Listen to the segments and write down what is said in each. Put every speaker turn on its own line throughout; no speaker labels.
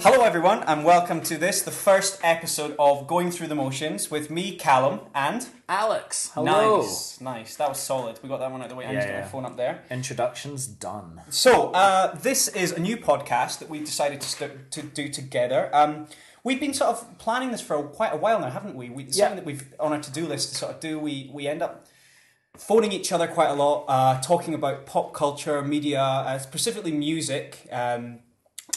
Hello, everyone, and welcome to this, the first episode of Going Through the Motions with me, Callum, and
Alex,
Nice, nice. That was solid. We got that one out of the way. I'm
Yeah,
just getting
yeah.
my phone up there.
Introductions done.
So, uh, this is a new podcast that we decided to st- to do together. Um, we've been sort of planning this for a, quite a while now, haven't we? we it's
Yeah.
Something that we've on our to do list to sort of do. We we end up phoning each other quite a lot, uh, talking about pop culture, media, uh, specifically music. Um,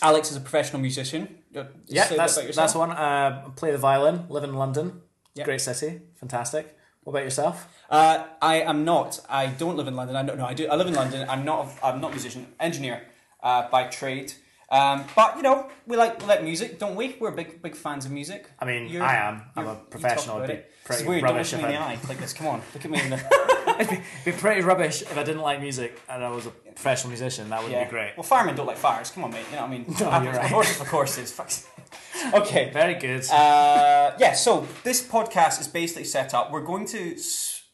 Alex is a professional musician. Uh,
Yeah,
say a bit
that's
about yourself.
that's one. Uh, play the violin. Live in London.
Yeah.
Great city. Fantastic. What about yourself?
Uh, I am not. I don't live in London. I don't know. I do. I live in London. I'm not. A, I'm not a musician. Engineer uh, by trade. Um, but you know, we like we like music, don't we? We're big big fans of music.
I mean,
You're-
I am. I'm
you're-
a
you talk
professional.
about
It'd be
it.
pretty
it's weird. Don't
rubbish
look
if
me in the
I.
eye like this. Come on, look at me in the.
It'd be pretty rubbish if I didn't like music and I was a professional musician. That would
yeah.
be great.
Well, firemen don't like fires. Come on, mate. You know what I mean?
you're
Apples for
right.
Horses for courses. Fuck's sake. okay.
Very good.
Uh, yeah, so this podcast is basically set up. We're going to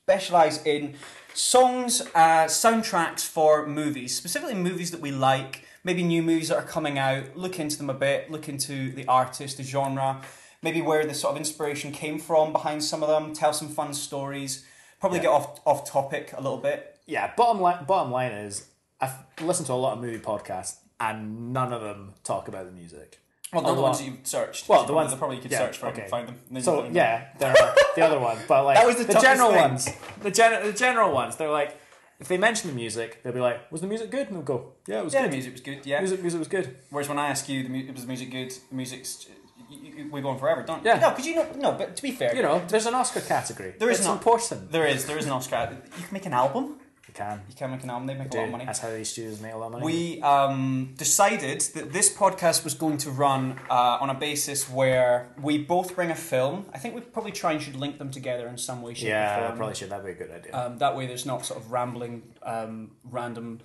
specialize in songs, uh, soundtracks for movies, specifically movies that we like, maybe new movies that are coming out, look into them a bit, look into the artist, the genre, maybe where the sort of inspiration came from behind some of them, tell some fun stories, probably
Yeah.
get off, off topic a little bit.
yeah. Bottom line. Bottom line is I've listened to a lot of movie podcasts and none of them talk about the music.
Well, not
A
the
lot.
ones that you've searched.
Well,
You
the
probably-
ones
probably you could
yeah,
search for
okay.
and find them. and then you
So
find them.
yeah, there are the other ones, but like
That was the toughest
general
thing.
ones, the gen- the general ones. They're like, if they mention the music, they'll be like, "Was the music good?" And they'll go, "Yeah, it was
yeah, the
good.
music was good. Yeah,
Music, music was good."
Whereas when I ask you, the mu- was the music good? The music's you, you, we go on forever, don't you?
Yeah.
No, because you know. No, but to be fair,
You know, there's an Oscar category.
There is
it's
not-
important.
there is there is an Oscar. You can make an album.
You can.
You can make an album. They make a lot of
Do.
money.
That's how these students make a lot of money.
We um, decided that this podcast was going to run uh, on a basis where we both bring a film. I think we probably try and should link them together in some way, shape, or
yeah,
form.
probably should. That'd be a good idea.
Um, that way, there's not sort of rambling, um, random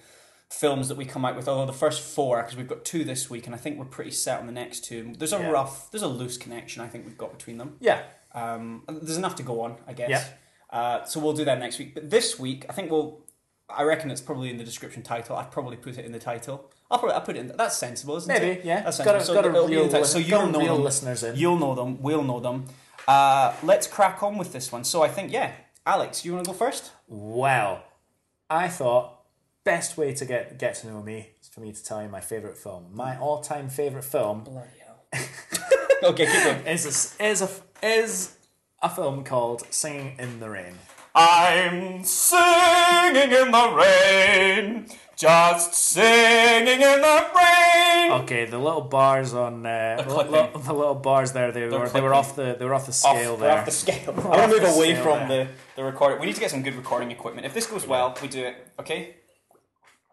films that we come out with. Although the first four, because we've got two this week, and I think we're pretty set on the next two. There's a
Yeah.
rough, there's a loose connection I think we've got between them.
yeah,
Um, there's enough to go on, I guess.
Yeah.
Uh, so we'll do that next week. But this week, I think we'll. I reckon it's probably in the description title. I'd probably put it in the title. I'll probably I'll put it in. That's sensible, isn't it?
maybe. Yeah,
That's
got
sensible.
a,
So
got a
it'll be in
real,
the title. So
lis-
you'll
got a
know
real
them.
listeners in.
You'll know them. We'll know them. Uh, let's crack on with this one. So I think yeah, Alex, you want to go first?
Well, I thought best way to get get to know me is for me to tell you my favorite film. My all time favorite film
Bloody hell. okay, keep going.
is a, is a is a film called Singing in the Rain.
I'm singing in the rain, just singing in the rain.
Okay, the little bars on uh, the,
clipping.
little, the little bars there they were they
clipping.
were off the they were off the scale
Oh, off, we're
there.
off the scale. I
off
want to
the
move away
scale
from
there.
the, the recorder. We need to get some good recording equipment. If this goes well, we do it, okay?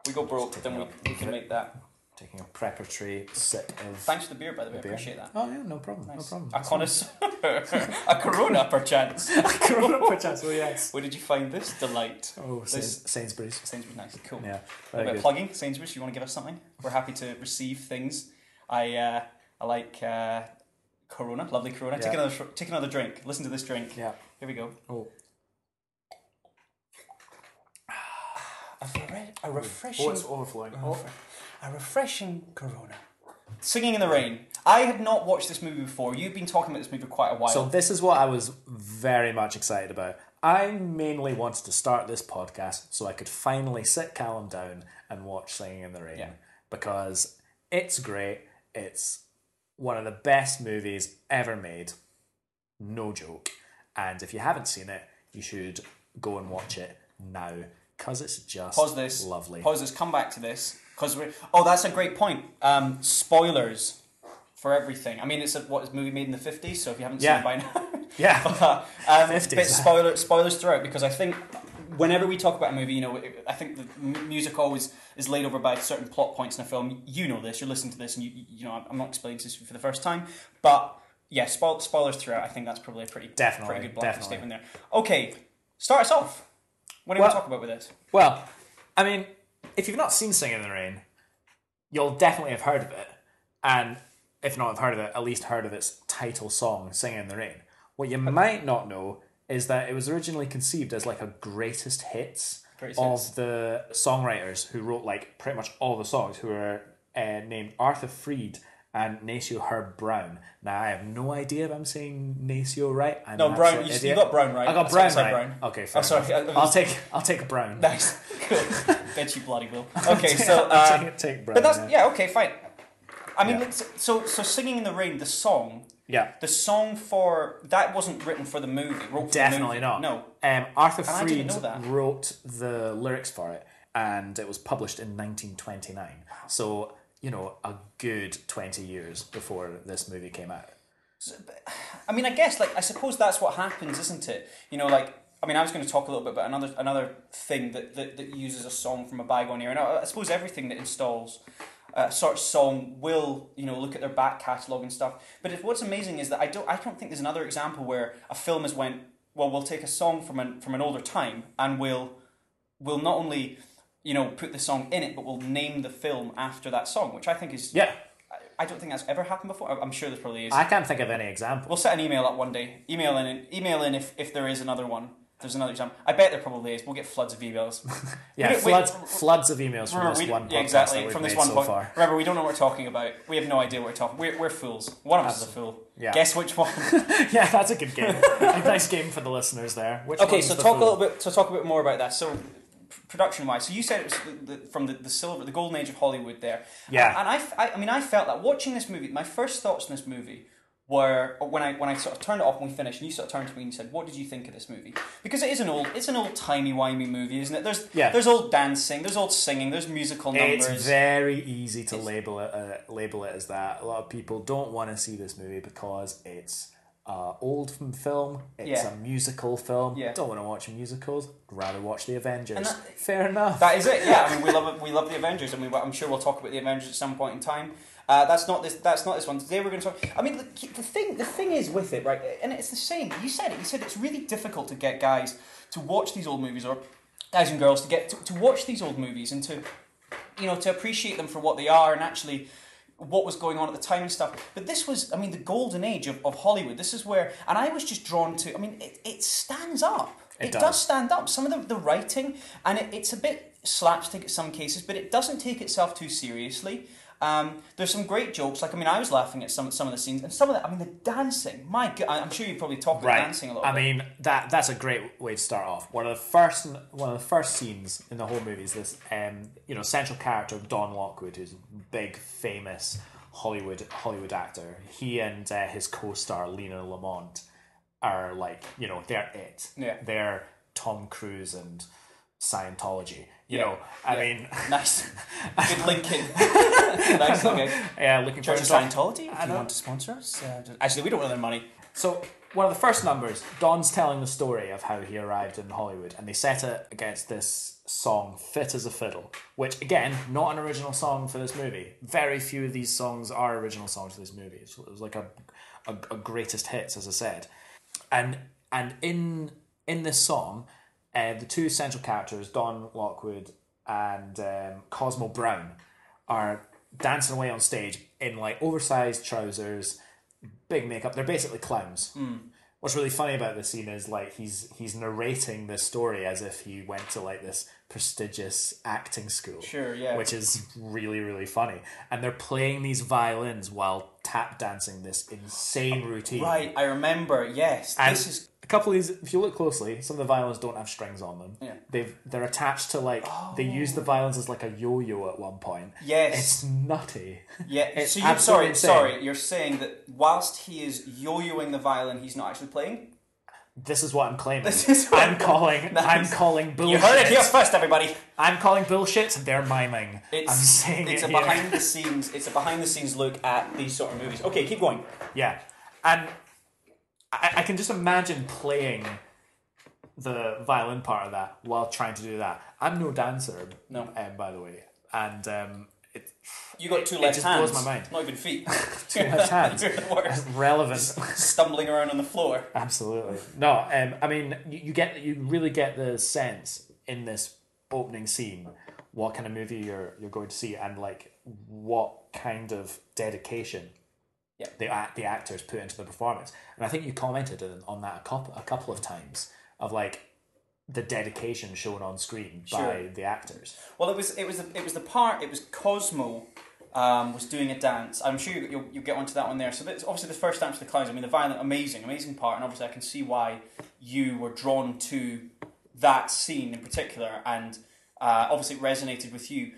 We go broke, then we, we can make that.
Taking a preparatory sip of.
Thanks for the beer, by the way. I appreciate that.
Oh yeah, no problem, no problem.
A connoisseur. a corona, perchance.
Corona perchance, oh yes.
Where did you find this delight?
Oh, Sains- Sainsbury's.
Sainsbury's nice. Cool. A
Yeah,
bit
very
of
good.
plugging, Sainsbury's. You want to give us something? We're happy to receive things. I uh, I like uh, Corona, lovely Corona. Take
Yeah.
another sh- take another drink. Listen to this drink.
Yeah.
Here we go.
Oh,
A, fre- a
oh,
refreshing,
it's overflowing. Oh.
a refreshing Corona. Singing in the rain. I had not watched this movie before. You've been talking about this movie for quite a while.
So this is what I was very much excited about. I mainly wanted to start this podcast so I could finally sit Callum down and watch Singing in the Rain
Yeah.
because it's great. It's one of the best movies ever made. No joke. And if you haven't seen it, you should go and watch it now because it's just
pause this.
lovely.
Pause this. Come back to this because we're. Oh, that's a great point. Um, spoilers for everything. I mean, it's a what is movie made in the fifties. So if you haven't seen
Yeah.
it by now.
Yeah.
um, but
50s.
spoiler, spoilers throughout because I think whenever we talk about a movie, you know, it- I think the m- music always is laid over by certain plot points in a film. You know this, you're listening to this, and you you know, I'm- I'm not explaining this for the first time, but yeah, spoil, spoilers throughout. I think that's probably a pretty
Definitely,
pretty good blanket
definitely.
statement there. Okay, start us off. What do you
Well-
want to talk about with it?
Well, I mean, if you've not seen Singing in the Rain, you'll definitely have heard of it. And if not have heard of it, at least heard of its title song, Singing in the Rain. What you might not know is that it was originally conceived as like a greatest hits
Greatest
of
hits.
the songwriters who wrote like pretty much all the songs, who were uh, named Arthur Freed and Nacio Herb Brown. Now, I have no idea if I'm saying Nacio right. I'm
No,
an
Oh, Brown.
absolute
You, you
idiot.
got Brown right.
I got
That's what
Brown
said
right. Okay, fair
Oh, sorry.
enough.
I- I was-
I'll take I'll take Brown.
Nice. Cool. Bet you bloody will. Okay, so
I'll
uh,
take, take Brown.
but that's
yeah.
yeah. Okay, fine. I mean,
Yeah.
it's- so so singing in the rain, the song,
yeah.
the song for that wasn't written for the movie. wrote for the
Definitely
movie.
not.
No.
Um, Arthur
I didn't
Freed
know that.
wrote the lyrics for it, and it was published in 1929. So you know, a good 20 years before this movie came out.
I mean, I guess like I suppose that's what happens, isn't it? You know, like I mean, I was going to talk a little bit about another another thing that that, that uses a song from a bygone era, and I, I suppose everything that installs a sort of song will you know look at their back catalogue and stuff. But if, what's amazing is that I don't I don't think there's another example where a film has went well. We'll take a song from an from an older time and we'll we'll not only you know put the song in it, but we'll name the film after that song, which I think is
Yeah,
I, I don't think that's ever happened before. I- I'm sure there probably is.
I can't think of any example.
We'll set an email up one day. Email in, email in if, if there is another one. If there's another exam. I bet there probably is. We'll get floods of emails.
Yeah,
we don't-
floods
wait,
floods of emails from
Remember,
this
we-
one podcast
yeah,
that
exactly.
we've
From this
made
one
so
pod-
far.
Remember, we don't know what we're talking about. We have no idea what we're talking. We're, we're fools. One of us is a fool.
Yeah.
Guess which one.
yeah, that's a good game. a nice game for the listeners there. Which
okay,
one's
so
the
talk
fool?
a little bit. So talk a bit more about that. So production wise, so you said it was the, the, from the, the silver, the golden age of Hollywood there.
Yeah.
And I, f- I, I mean, I felt that watching this movie. My first thoughts on this movie were when I when I sort of turned it off when we finished, and you sort of turned to me and said, "What did you think of this movie?" Because it is an old, it's an old timey wimey movie, isn't it? There's
Yeah.
there's old dancing, there's old singing, there's musical numbers.
It's very easy to label it uh, label it as that. A lot of people don't want to see this movie because it's uh, old f- film. It's
Yeah.
a musical film.
Yeah.
Don't want to watch musicals. Rather watch the Avengers.
that-
Fair enough.
That is it. Yeah, I mean, we love we love the Avengers, and we, I'm sure we'll talk about the Avengers at some point in time. Uh, that's not this. That's not this one. Today we're going to talk. I mean, the, the thing the thing is with it, right? And it's the same. You said it. You said it's really difficult to get guys to watch these old movies, or guys and girls to get to, to watch these old movies and to you know to appreciate them for what they are and actually what was going on at the time and stuff but this was i mean the golden age of, of hollywood this is where and i was just drawn to i mean it, it stands up
It
does.
does.
stand up some of the, the writing and it, it's a bit slapstick at some cases but it doesn't take itself too seriously um, there's some great jokes like i mean i was laughing at some some of the scenes and some of the i mean the dancing my god i'm sure you probably talked about dancing a lot
I mean that that's a great way to start off. One of the first one of the first scenes in the whole movie is this um, you know central character of Don Lockwood, who's a big famous Hollywood Hollywood actor. He and uh, his co-star Lena Lamont are like you know they're it.
Yeah.
They're Tom Cruise and Scientology. You
Yeah.
know, I
Yeah.
mean,
nice good linking nice okay
yeah, looking
Church
forward
of
to that.
Scientology, if
know.
you want to sponsor us. Uh, actually, we don't want their money.
So one of the first numbers, Don's telling the story of how he arrived in Hollywood, and they set it against this song "Fit as a Fiddle," which again, not an original song for this movie. Very few of these songs are original songs for this movie. It's- It was like a, a, a greatest hits, as I said, and and in in this song, uh, the two central characters, Don Lockwood and um, Cosmo Brown, are dancing away on stage in like oversized trousers big makeup. They're basically clowns.
Hmm.
What's really funny about this scene is like he's he's narrating this story as if he went to like this prestigious acting school.
Sure, yeah.
Which is really really funny, and they're playing these violins while tap dancing this insane routine.
Right, I remember. Yes,
And
this is
a couple of these. If you look closely, some of the violins don't have strings on them.
Yeah. Oh.
They've they're attached to like they use the violins as like a yo-yo at one point.
yes,
It's nutty.
yeah.
it's
so you sorry,
absolutely
sorry. You're saying that whilst he is yo-yoing the violin, he's not actually playing.
This is what I'm claiming.
This is what-
I'm calling. I'm calling bullshit.
You heard it here first, everybody.
I'm calling bullshit. They're miming.
It's
I'm saying
it's a
it here.
behind the scenes. It's a behind the scenes look at these sort of movies. Okay, keep going.
Yeah, and I, I can just imagine playing the violin part of that while trying to do that. I'm no dancer.
No.
um, by the way, and um, it,
You got two left
just
hands.
blows my mind.
Not even feet.
two left hands.
You're the worst.
Relevant.
Stumbling around on the floor.
Absolutely. No, um, I mean, you, you get you really get the sense in this opening scene, what kind of movie you're you're going to see, and like what kind of dedication
Yeah.
the act the actors put into the performance. And I think you commented on- on that a couple a couple of times of like the dedication shown on screen by
Sure.
the actors.
Well, it was it was the, it was the part. It was Cosmo um, was doing a dance. I'm sure you'll, you'll get onto that one there. So that's obviously the first dance with the clowns. I mean, the violent, amazing, amazing part, and obviously I can see why you were drawn to that scene in particular, and uh, obviously it resonated with you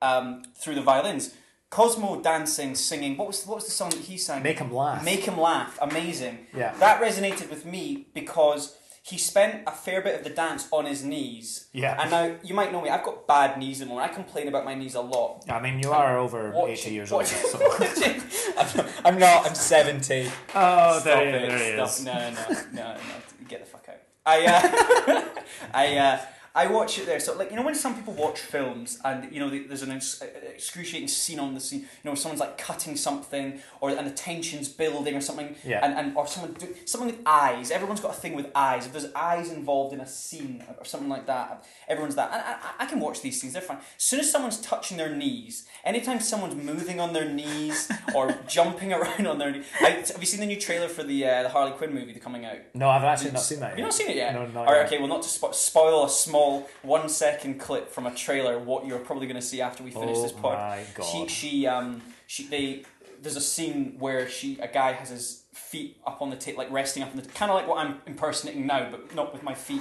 um, through the violins. Cosmo dancing, singing. What was what was the song that he sang?
Make 'em laugh.
Make him laugh. Amazing.
Yeah.
That resonated with me because he spent a fair bit of the dance on his knees.
Yeah.
And now you might know me. I've got bad knees at the moment. I complain about my knees a lot.
I mean, you are over
Watch
eighty
it,
years old.
watch
So.
it. I'm not- I'm not. I'm seventy.
Oh,
Stop it. Stop. No, no, no, no, no. Get the fuck out. I, uh, I, uh, I watch it there. So, like, you know, when some people watch films and, you know, they- there's an ex- uh, excruciating scene on the scene, you know, someone's like cutting something or and the tension's building or something,
Yeah.
and, and or someone, do, someone with eyes. Everyone's got a thing with eyes. If there's eyes involved in a scene or something like that, everyone's that. And I, I can watch these scenes, they're fine. As soon as someone's touching their knees, anytime someone's moving on their knees or jumping around on their knees. I, have you seen the new trailer for the, uh, the Harley Quinn movie that's coming out?
No, I've actually not seen that. Yet.
Have you not seen it yet?
No, not
All right,
yet.
okay, well, not to spo- spoil a small one second clip from a trailer, what you're probably going to see after we finish
Oh
this pod.
my God.
She, she, um, she, they, there's a scene where she, a guy has his feet up on the table, like resting up on the, kind of like what I'm impersonating now, but not with my feet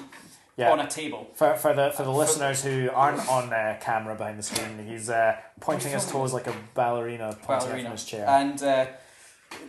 Yeah.
on a table.
For, for the
Uh,
for the listeners who aren't on uh, camera behind the screen, he's uh, pointing his toes like a ballerina pointing it
ballerina.
from his chair.
And uh,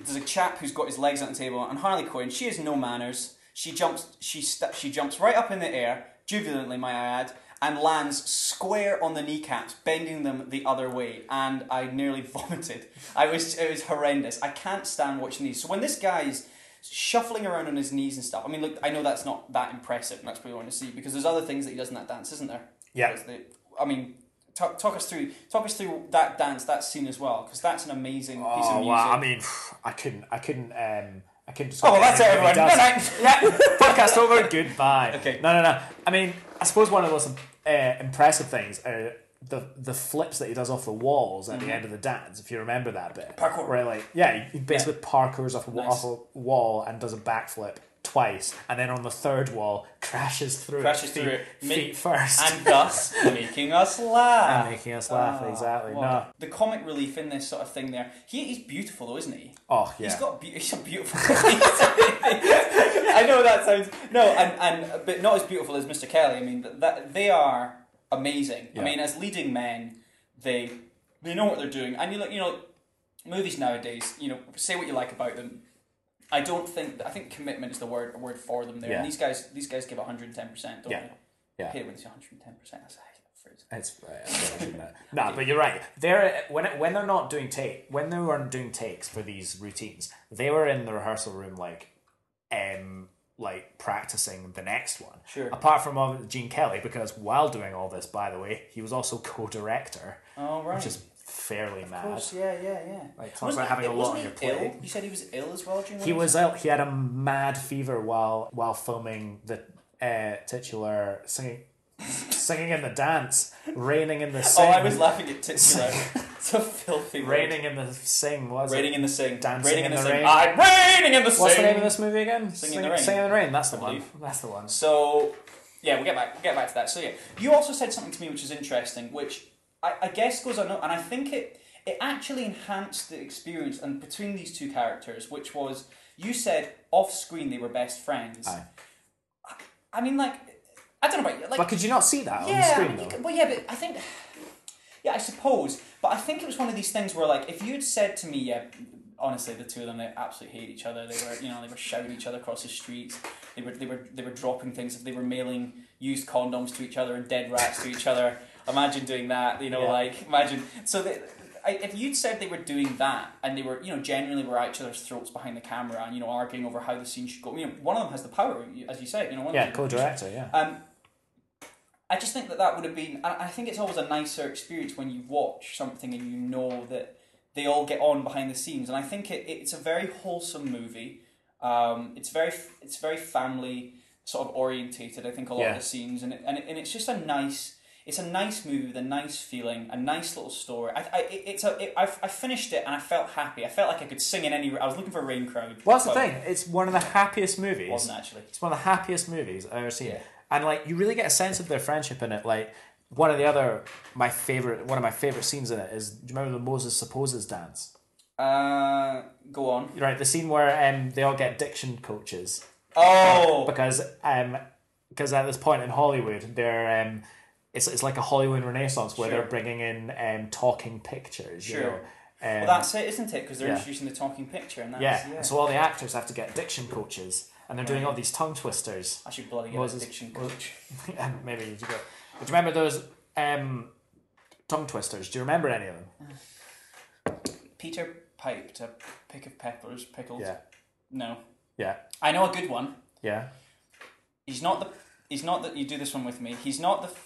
there's a chap who's got his legs on the table, and Harley Quinn, she has no manners. She jumps, she st- she jumps right up in the air, jubilantly, might I add, and lands square on the kneecaps, bending them the other way. And I nearly vomited. I was it was horrendous. I can't stand watching these. So when this guy's shuffling around on his knees and stuff, I mean, look, I know that's not that impressive, and that's what you want to see because there's other things that he does in that dance, isn't there?
Yeah.
There's the- I mean, talk, talk us through talk us through that dance, that scene as well, because that's an amazing piece of
oh
music.
wow! I mean, I couldn't, I couldn't, um, I couldn't.
oh, well, that's it,
describe
everyone.
anything he does.
Good night. Yeah.
podcast over. Goodbye.
Okay.
No, no, no. I mean, I suppose one of the most uh, impressive things are the the flips that he does off the walls at the end of the dance. If you remember that bit,
Mm-hmm. Parkour.
Where like, yeah, he basically parkours off, a wa-
Nice.
off a wall and does a backflip twice, and then on the third wall crashes through.
Crashes
it,
through
feet,
it. Mid-
feet first.
and thus making us laugh.
And making us laugh,
Oh.
exactly.
Well,
No.
The comic relief in this sort of thing there. He, he's beautiful though, isn't he?
Oh yeah.
He's got be- he's a beautiful. I know that sounds no, and and but not as beautiful as Mr. Kelly. I mean, th- that they are amazing.
Yeah.
I mean, as leading men, they they know what they're doing. And you look, you know, movies nowadays. You know, say what you like about them. I don't think I think commitment is the word word for them there.
Yeah.
And these guys these guys give hundred and ten percent, don't
Yeah.
they?
Yeah.
I hate it when it's hundred and ten percent. That's a hate that phrase.
It's uh, no, nah, but you're right. They're when it, when they're not doing take when they weren't doing takes for these routines, they were in the rehearsal room like, um, like practicing the next one.
Sure.
Apart from um, Gene Kelly, because while doing all this, by the way, he was also co-director,
Oh right.
which is fairly mad.
of course, yeah, yeah, yeah.
talks
Wasn't
about
he-
having a lot
wasn't
on your
he
plate.
Ill? You said he was ill as well during the
He was ill. He had a mad fever while while filming the uh, titular singing, singing in the dance, raining in the
Oh,
sing,
I was laughing at titular. it's a filthy word.
raining in the sing. Was it?
Raining in the sing.
Dancing
raining
in
in the,
the
sing.
rain.
I'm raining in the sing.
What's the name of this movie again?
Singing in the Rain.
Singing in the Rain. That's the one.
believe.
That's the one.
So, yeah, we'll get back, we'll get back to that. So, yeah, you also said something to me which is interesting, which I, I guess goes on, and I think it it actually enhanced the experience and between these two characters, which was you said off screen they were best friends.
Aye.
I, I mean, like, I don't know about you. Like,
But could you not see that on the
yeah, I
screen
mean, you
though?
could- well, yeah, but I think, yeah, I suppose, but I think it was one of these things where, like, if you'd said to me, yeah, honestly, the two of them, they absolutely hate each other. They were, you know, they were shouting at each other across the streets. They were, they were, they were dropping things. They were mailing used condoms to each other and dead rats to each other. Imagine doing that, you know,
Yeah.
like imagine. So they, I, if you'd said they were doing that and they were, you know, genuinely were at each other's throats behind the camera and you know arguing over how the scene should go. You know, one of them has the power, as you say. You know, one
Yeah,
of them
co-director. Yeah.
um, I just think that that would have been. and I think it's always a nicer experience when you watch something and you know that they all get on behind the scenes. And I think it, it's a very wholesome movie. Um, it's very it's very family sort of orientated. I think a lot
Yeah.
of the scenes and it, and, it, and it's just a nice. It's a nice movie with a nice feeling, a nice little story. I, I it- it's a, it, I, I finished it and I felt happy. I felt like I could sing in any. I was looking for a rain crowd.
Well, that's the
but
thing. It's one of the happiest movies.
It wasn't actually.
It's one of the happiest movies I've ever seen.
Yeah.
And like you really get a sense of their friendship in it. Like one of the other my favorite one of my favorite scenes in it is do you remember the Moses supposes dance?
Uh, go on.
Right, the scene where um they all get diction coaches
Oh,
because um because at this point in Hollywood they're um it's, it's like a Hollywood Renaissance where
Sure.
they're bringing in um talking pictures. You
Sure.
know? um,
well, that's it, isn't it? Because they're
yeah.
introducing the talking picture, and that's
yeah.
yeah.
So all the actors have to get diction coaches, and they're doing
Right.
all these tongue twisters.
I should bloody get
Moses-
a diction
Moses-
coach.
Yeah, maybe you should go. But do you remember those um, tongue twisters? Do you remember any of them?
Peter piped a pick of peppers, pickled.
Yeah,
No,
yeah,
I know a good one.
yeah.
He's not the. He's not the. You do this one with me. He's not the.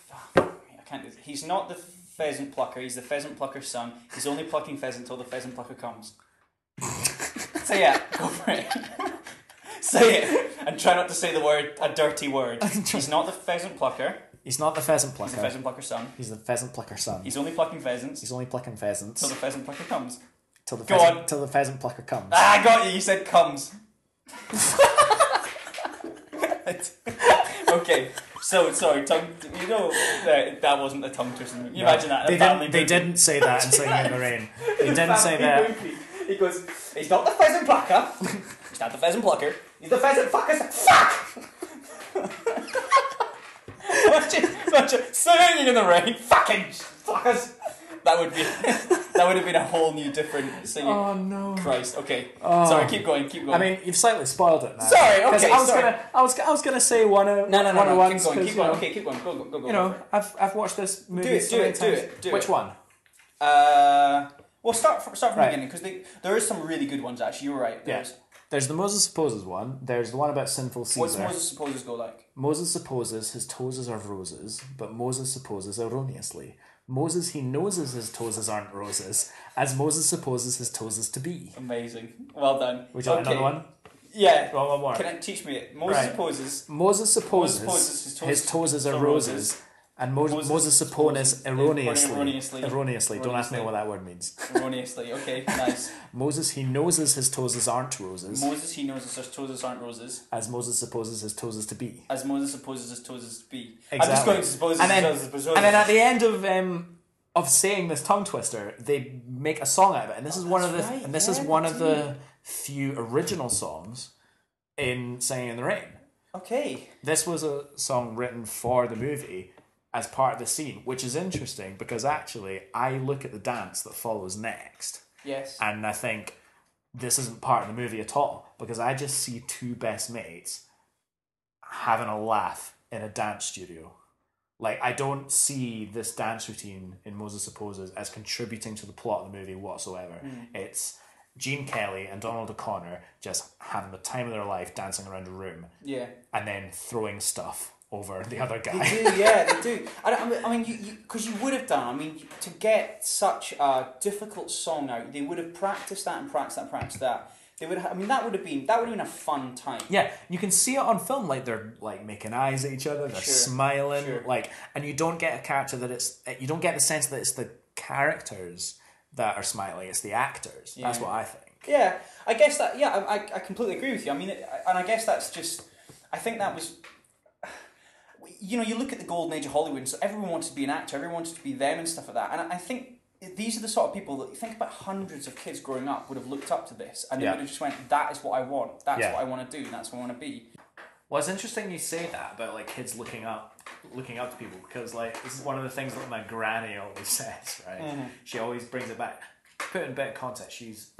oh, I can't do this. He's not the pheasant plucker. He's the pheasant plucker's son. He's only plucking pheasant till the pheasant plucker comes. say it. Go for it. say it, and try not to say the word a dirty word. He's not the pheasant plucker.
He's not the pheasant
He's
plucker.
the pheasant plucker's son.
He's the pheasant plucker son. He's,
He's only plucking pheasants
only plucking pheasants
till the pheasant plucker comes.
till the
Go
pheasant,
on.
till the pheasant plucker comes.
Ah, I got you. You said comes. okay, so sorry, tongue. You know that that wasn't a tongue twister. You imagine that?
They
a family
didn't, they
movie.
didn't say that in Singing in the Rain. They didn't say that.
Family movie. He goes, he's not the pheasant plucker. he's not the pheasant plucker. He's the pheasant fucker. Fuck! imagine, imagine singing in the rain. Fucking fuckers. That would be. that would have been a whole new different singing.
Oh no.
Christ. Okay.
Oh.
Sorry. Keep going. Keep going.
I mean, you've slightly spoiled it now.
Sorry,
'Cause
okay,
I was
sorry.
gonna, I was, I was gonna say one of,
No, no, no,
one
no.
of
keep going,
ones. 'cause,
keep
you
going.
know,
Okay, keep going. Go, go, go, go.
You know, I've, I've watched this movie.
it,
so
do
many
it, do
times.
it, do
Which
it.
one?
Uh, well, start from, start from
Right.
the beginning because there is some really good ones actually. You're right. There's,
Yes. There's the Moses supposes one. There's the one about sinful Caesar.
What's Moses supposes go like?
Moses supposes his toeses are roses, but Moses supposes erroneously. Moses he noses his toeses aren't roses, as Moses supposes his toeses to be.
Amazing. Well done.
Would you like another one?
Yeah.
Well, one more.
Can it teach me it? Moses
Right.
supposes.
Moses supposes
Moses supposes his
his
toeses
toeses are
are
roses,
roses,
and Moses,
Moses
Moses supposes
supposes
erroneously.
erroneously-
Erroneously. Don't ask me
erroneously.
what that word means.
erroneously. Okay, nice.
Moses he noses his toeses aren't roses,
Moses, he knows that such toes aren't roses,
as Moses supposes his toeses to be.
as Moses supposes his toes to be. I'm just
Exactly.
going to suppose
and
his
then,
toes as
and then at the end of um, of saying this tongue twister, they make a song out of it, and this is one of the
Oh, that's right,
and this is
yeah,
one
they
of the few original songs in Singing in the Rain.
Okay.
This was a song written for the movie as part of the scene, which is interesting because actually I look at the dance that follows next,
Yes.
and I think this isn't part of the movie at all because I just see two best mates having a laugh in a dance studio. Like I don't see this dance routine in Moses Supposes as contributing to the plot of the movie whatsoever. It's Gene Kelly and Donald O'Connor just having the time of their life dancing around a room
Yeah.
and then throwing stuff over the other
They
guy.
do, yeah, they do. I, don't- I mean- I mean, you because you, would have done. I mean, to get such a difficult song out, they would have practiced that and practiced that and practiced that. They would. Have, I mean, that would have been that would have been a fun time.
yeah, you can see it on film like they're like making eyes at each other, they're
Sure,
smiling,
sure.
like, and you don't get a character that it's you don't get the sense that it's the characters that are smiling; it's the actors. That's
Yeah.
what I think.
Yeah, I guess that. Yeah, I, I, I completely agree with you. I mean, it, and I guess that's just. I think that was. You know, you look at the golden age of Hollywood, and so everyone wanted to be an actor, everyone wanted to be them, and stuff like that. And I, I think these are the sort of people that think about hundreds of kids growing up would have looked up to this, and they
Yeah.
would have just went, "That is what I want. That's
Yeah.
what I want to do. That's what I want to be."
Well, it's interesting you say that about like kids looking up, looking up to people because like this is one of the things that my granny always says. Right,
Mm-hmm.
she always brings it back. Put in a bit of context, she's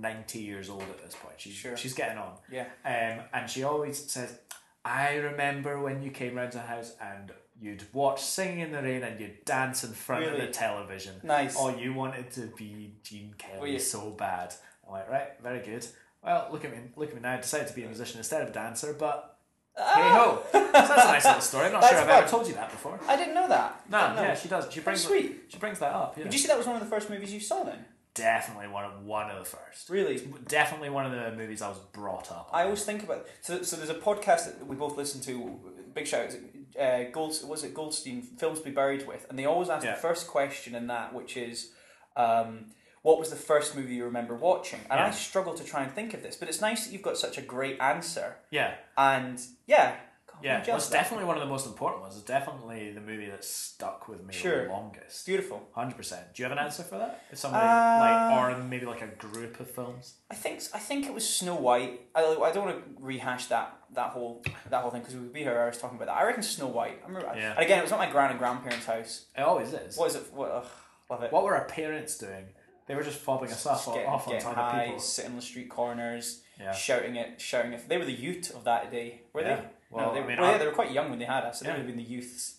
ninety years old at this point. She's
Sure.
she's getting on.
Yeah.
Um, and she always says, "I remember when you came round to the house and you'd watch Singing in the Rain and you'd dance in front of
Really?
the television.
Nice.
Oh, you wanted to be Gene Kelly
yeah.
so bad. I'm like, right, very good. Well, look at me, look at me now. I decided to be a musician instead of a dancer, but hey ho. So that's a nice little story. I'm not
That's
sure I've ever
fun.
told you that before.
I didn't know that.
No,
Didn't know.
yeah, she does. She brings
sweet.
she brings that up. Yeah.
Did you see that was one of the first movies you saw then?
definitely one of one of the first.
Really?
Definitely one of the movies I was brought up.
I
On.
always think about so. So there's a podcast that we both listen to. Big shout out, to, uh, Gold. Was it Goldstein? Films to be buried with, and they always ask
Yeah.
the first question in that, which is, um, "What was the first movie you remember watching?" And I
Yeah.
struggle to try and think of this, but it's nice that you've got such a great answer.
yeah,
And yeah, God, I'm
yeah. Well,
jealous
it's
of that.
definitely one of the most important ones. It's definitely the movie that stuck with me
Sure.
the longest.
beautiful.
Hundred percent. Do you have an answer for that? If somebody
Uh,
like, or maybe like a group of films.
I think I think it was Snow White. I, I don't want to rehash that that whole that whole thing because we would be here hours talking about that. I reckon Snow White. I remember.
Yeah.
And again, it was at my grand and grandparents' house.
It always is.
What is it? What, ugh, love it.
What were our parents doing? They were just fobbing us off,
Just get,
off
get
onto other
high,
people.
sit in the street corners,
Yeah.
shouting it, shouting it. They were the youth of that day, were
Yeah.
they?
Well,
no, they,
I mean,
well, yeah,
I-
they were quite young when they had us. So
Yeah.
They would have been the youths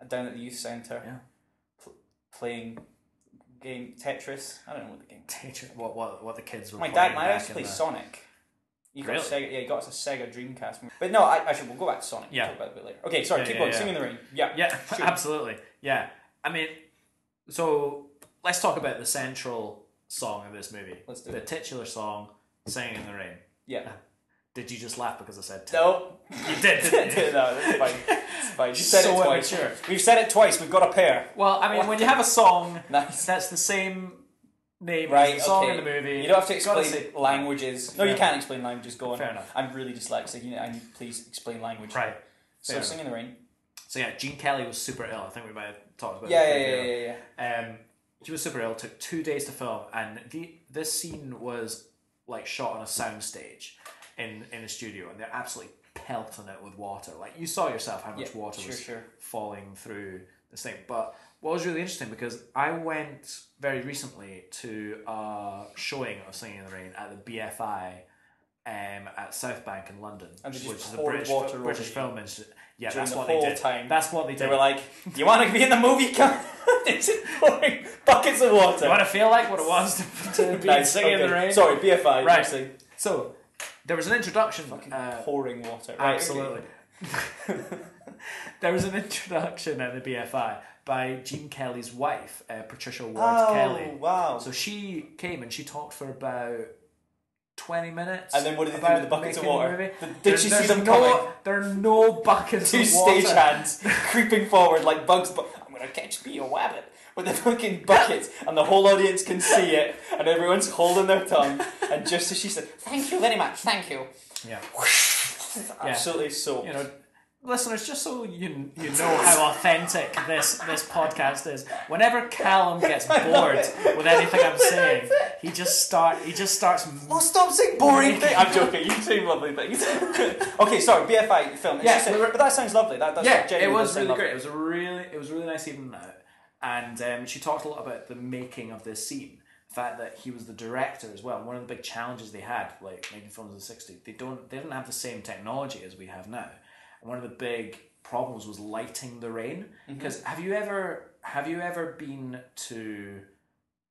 uh, down at the youth centre.
Yeah.
pl- playing game Tetris. I don't know what the game.
What, what, what the kids were
My
playing
dad, my
back
dad used to
in
play
the-
Sonic. You got
Really?
Sega, yeah, you got us a Sega Dreamcast. But no, I, actually, we'll go back to Sonic.
Yeah.
We'll talk about it a bit later. Okay, sorry,
Yeah,
keep
yeah,
going.
yeah.
Sing in the rain. Yeah.
Yeah,
Shoot.
absolutely. Yeah. I mean, so let's talk about the central song of this movie.
Let's do
The
it.
titular song, Singing in the Rain.
Yeah.
Did you just laugh because I said tit?
No,
You did,
no,
didn't you?
that's fine. It's fine. You said
So
it twice.
immature.
We've said it twice. We've got a pair.
Well, I mean, when you have a song
Nice.
that's the same name
Right,
as the song
okay.
in the movie,
You don't have to
it's gotta
explain
say-
languages. No, you
Fair
can't explain languages. Go on.
Fair enough.
I'm really dyslexic. You know, I need, please explain language.
Right.
So,
fair
Sing in the Rain.
So yeah, Gene Kelly was super ill. I think we might have talked about
Yeah,
this
yeah,
earlier.
yeah, yeah, yeah.
Um, he was super ill. Took two days to film, and the this scene was like shot on a soundstage in in the studio, and they're absolutely pelting it with water. Like you saw yourself how much
Yeah,
water
sure,
was
sure.
falling through this thing. But what was really interesting because I went very recently to a showing of Singing in the Rain at the BFI. Um, at South Bank in London,
And they just
which is a
poured
British,
water over
British
you
film industry. Yeah,
during
that's
the
what
whole
they did.
time.
That's what they did.
They were like, "You want to be in the movie? Come, it's pouring buckets of water."
You want to feel like what it was to, to be
Nice,
singing in
okay.
the rain?
Sorry, BFI.
Right.
Right.
So there was an introduction. Uh,
pouring water. Right,
absolutely.
okay.
there was an introduction at the BFI by Gene Kelly's wife, uh, Patricia Ward
Oh
Kelly.
wow!
So she came and she talked for about twenty minutes.
And then what did they do
about
with the buckets of
making
water?
movie.
Did- did
There-
she see
there's
them
no,
coming?
There are no buckets
Two
of water.
stagehands creeping forward like bugs. But I'm gonna catch me a rabbit with the fucking buckets, and the whole audience can see it, and everyone's holding their tongue. And just as she said, "Thank you very much, thank you."
Yeah.
Absolutely so.
you know, listeners, just so you you know how authentic this this podcast is. Whenever Callum gets
I love
bored
it.
with anything I'm
That's
saying,
it.
he just start he just starts. m-
Oh, stop saying boring things. I'm joking. You say lovely things. okay, sorry. BFI film. It's
Yeah,
just a-
we were-
but that sounds lovely. That, that
Yeah, it
genuinely does
was
sound
really
lovely.
great. It was a really it was a really nice evening out, and um, she talked a lot about the making of this scene. The fact that he was the director as well. One of the big challenges they had, like making films in the sixties, they don't they didn't have the same technology as we have now. And one of the big problems was lighting the rain.
Mm-hmm.
Because have you ever have you ever been to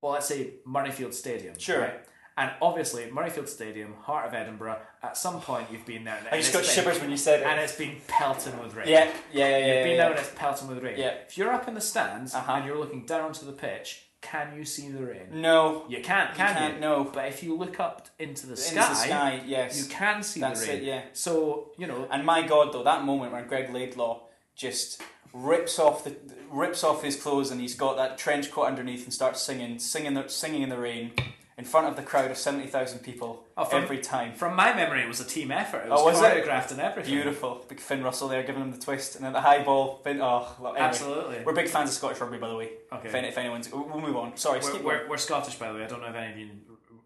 well, let's say Murrayfield Stadium.
Sure.
And obviously, Murrayfield Stadium, heart of Edinburgh. At some point, you've been there. and
I just got
it's been-
shivers when you said it.
and it's been pelting with rain.
yeah, yeah, yeah, yeah. yeah,
You've been
yeah.
there and it's pelting with rain.
Yeah.
If you're up in the stands
Uh-huh.
and you're looking down onto the pitch, can you see the rain?
No,
You can't, can you?
can't, no.
But if you look up into the,
into
sky,
the sky. Yes.
you can see
That's
the
it,
rain.
yeah.
So, you know,
And my God, though, that moment when Greg Laidlaw just rips off the rips off his clothes and he's got that trench coat underneath and starts singing, singing, the, singing in the rain in front of the crowd of seventy thousand people
Oh, from-
every time.
from my memory, it was a team effort. It was,
Oh, was it?
choreographed and everything.
Beautiful. Big Finn Russell there giving him the twist and then the high ball. Finn, oh, look, anyway.
Absolutely.
We're big fans of Scottish rugby, by the way.
Okay.
If, any, if anyone's, we'll we'll move on. Sorry,
We're,
skip
we're, we're Scottish, by the way. I don't know if any of you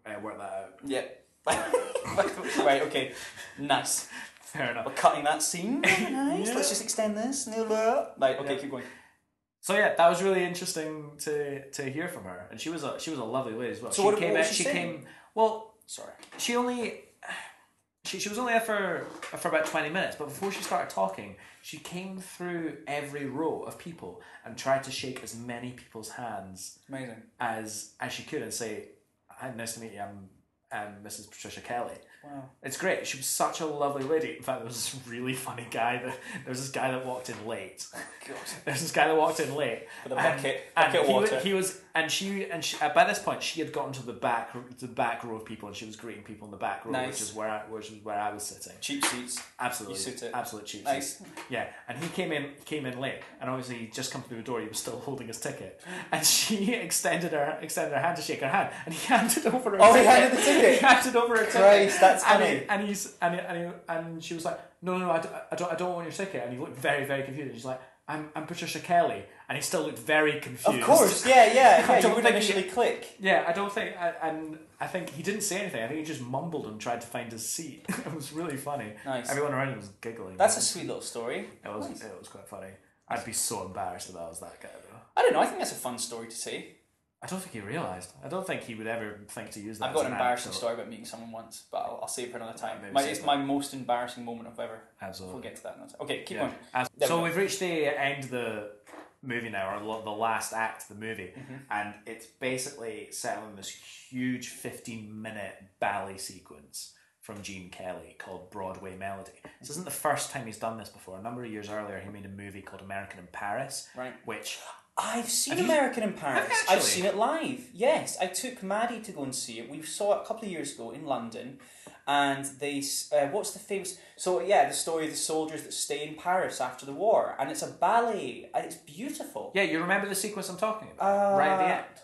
uh, worked that out.
Yeah. right. Okay. Nice.
Fair enough.
We're cutting that scene. Nice.
Yeah.
Let's just extend this. Like, okay,
Yeah.
keep going.
So yeah, that was really interesting to to hear from her, and she was a she was a lovely lady as well.
So
she
what-
came
what was
out-
she
she
saying?
came well.
Sorry.
she only she, she was only there for for about 20 minutes but before she started talking she came through every row of people and tried to shake as many people's hands
Amazing.
as as she could and say hi nice to meet you i'm um, Mrs. Patricia Kelly.
Wow.
It's great. She was such a lovely lady. In fact, there was this really funny guy that there was this guy that walked in late.
God.
There's this guy that walked in late
With a
and-
bucket-
and
bucket
he
water.
Was, he was And she and she, uh, by this point she had gotten to the back the back row of people and she was greeting people in the back row,
Nice.
which is where I, which is where I was sitting.
Cheap seats.
Absolutely,
You suit it.
absolute cheap
Nice.
seats. Yeah, and he came in came in late, and obviously he just come through the door. He was still holding his ticket, and she extended her extended her hand to shake her hand, and he handed over her.
Oh, he
ticket.
handed the ticket?
He handed over her ticket.
Christ, that's
And,
funny.
he, and he's and he, and, he, and she was like, no, no, no, I don't, I don't, I don't want your ticket. And he looked very, very confused. And she's like, I'm, I'm Patricia Kelly, and he still looked very confused.
Of course, yeah, yeah,
I
yeah.
don't
You would
think
initially click.
Yeah, I don't think, I, and I think he didn't say anything. I think he just mumbled and tried to find his seat. it was really funny.
Nice.
Everyone around him was giggling.
That's a sweet little story.
It was
Nice.
it was quite funny. I'd be so embarrassed if I was that guy though.
I don't know. I think that's a fun story to say.
I don't think he realised. I don't think he would ever think to use that.
I've got
as
an embarrassing
anecdote.
story about meeting someone once, but I'll, I'll save for another time.
Maybe
My,
save
it's
that.
my most embarrassing moment I've ever. We'll
Absolutely.
get to that. another time. Okay, keep
Yeah.
going.
As-
There we
so
go.
we've reached the end of the movie now, or lo- the last act of the movie,
Mm-hmm.
and it's basically settling this huge fifteen-minute ballet sequence from Gene Kelly called Broadway Melody. This isn't the first time he's done this before. A number of years earlier, he made a movie called American in Paris,
Right.
which
I've seen
Have you-
American in Paris.
you
I've
actually?
seen it live. Yes, I took Maddie to go and see it. We saw it a couple of years ago in London, and they s- uh, what's the famous? So yeah, the story of the soldiers that stay in Paris after the war, and it's a ballet, and it's beautiful.
yeah, you remember the sequence I'm talking about, right at the end.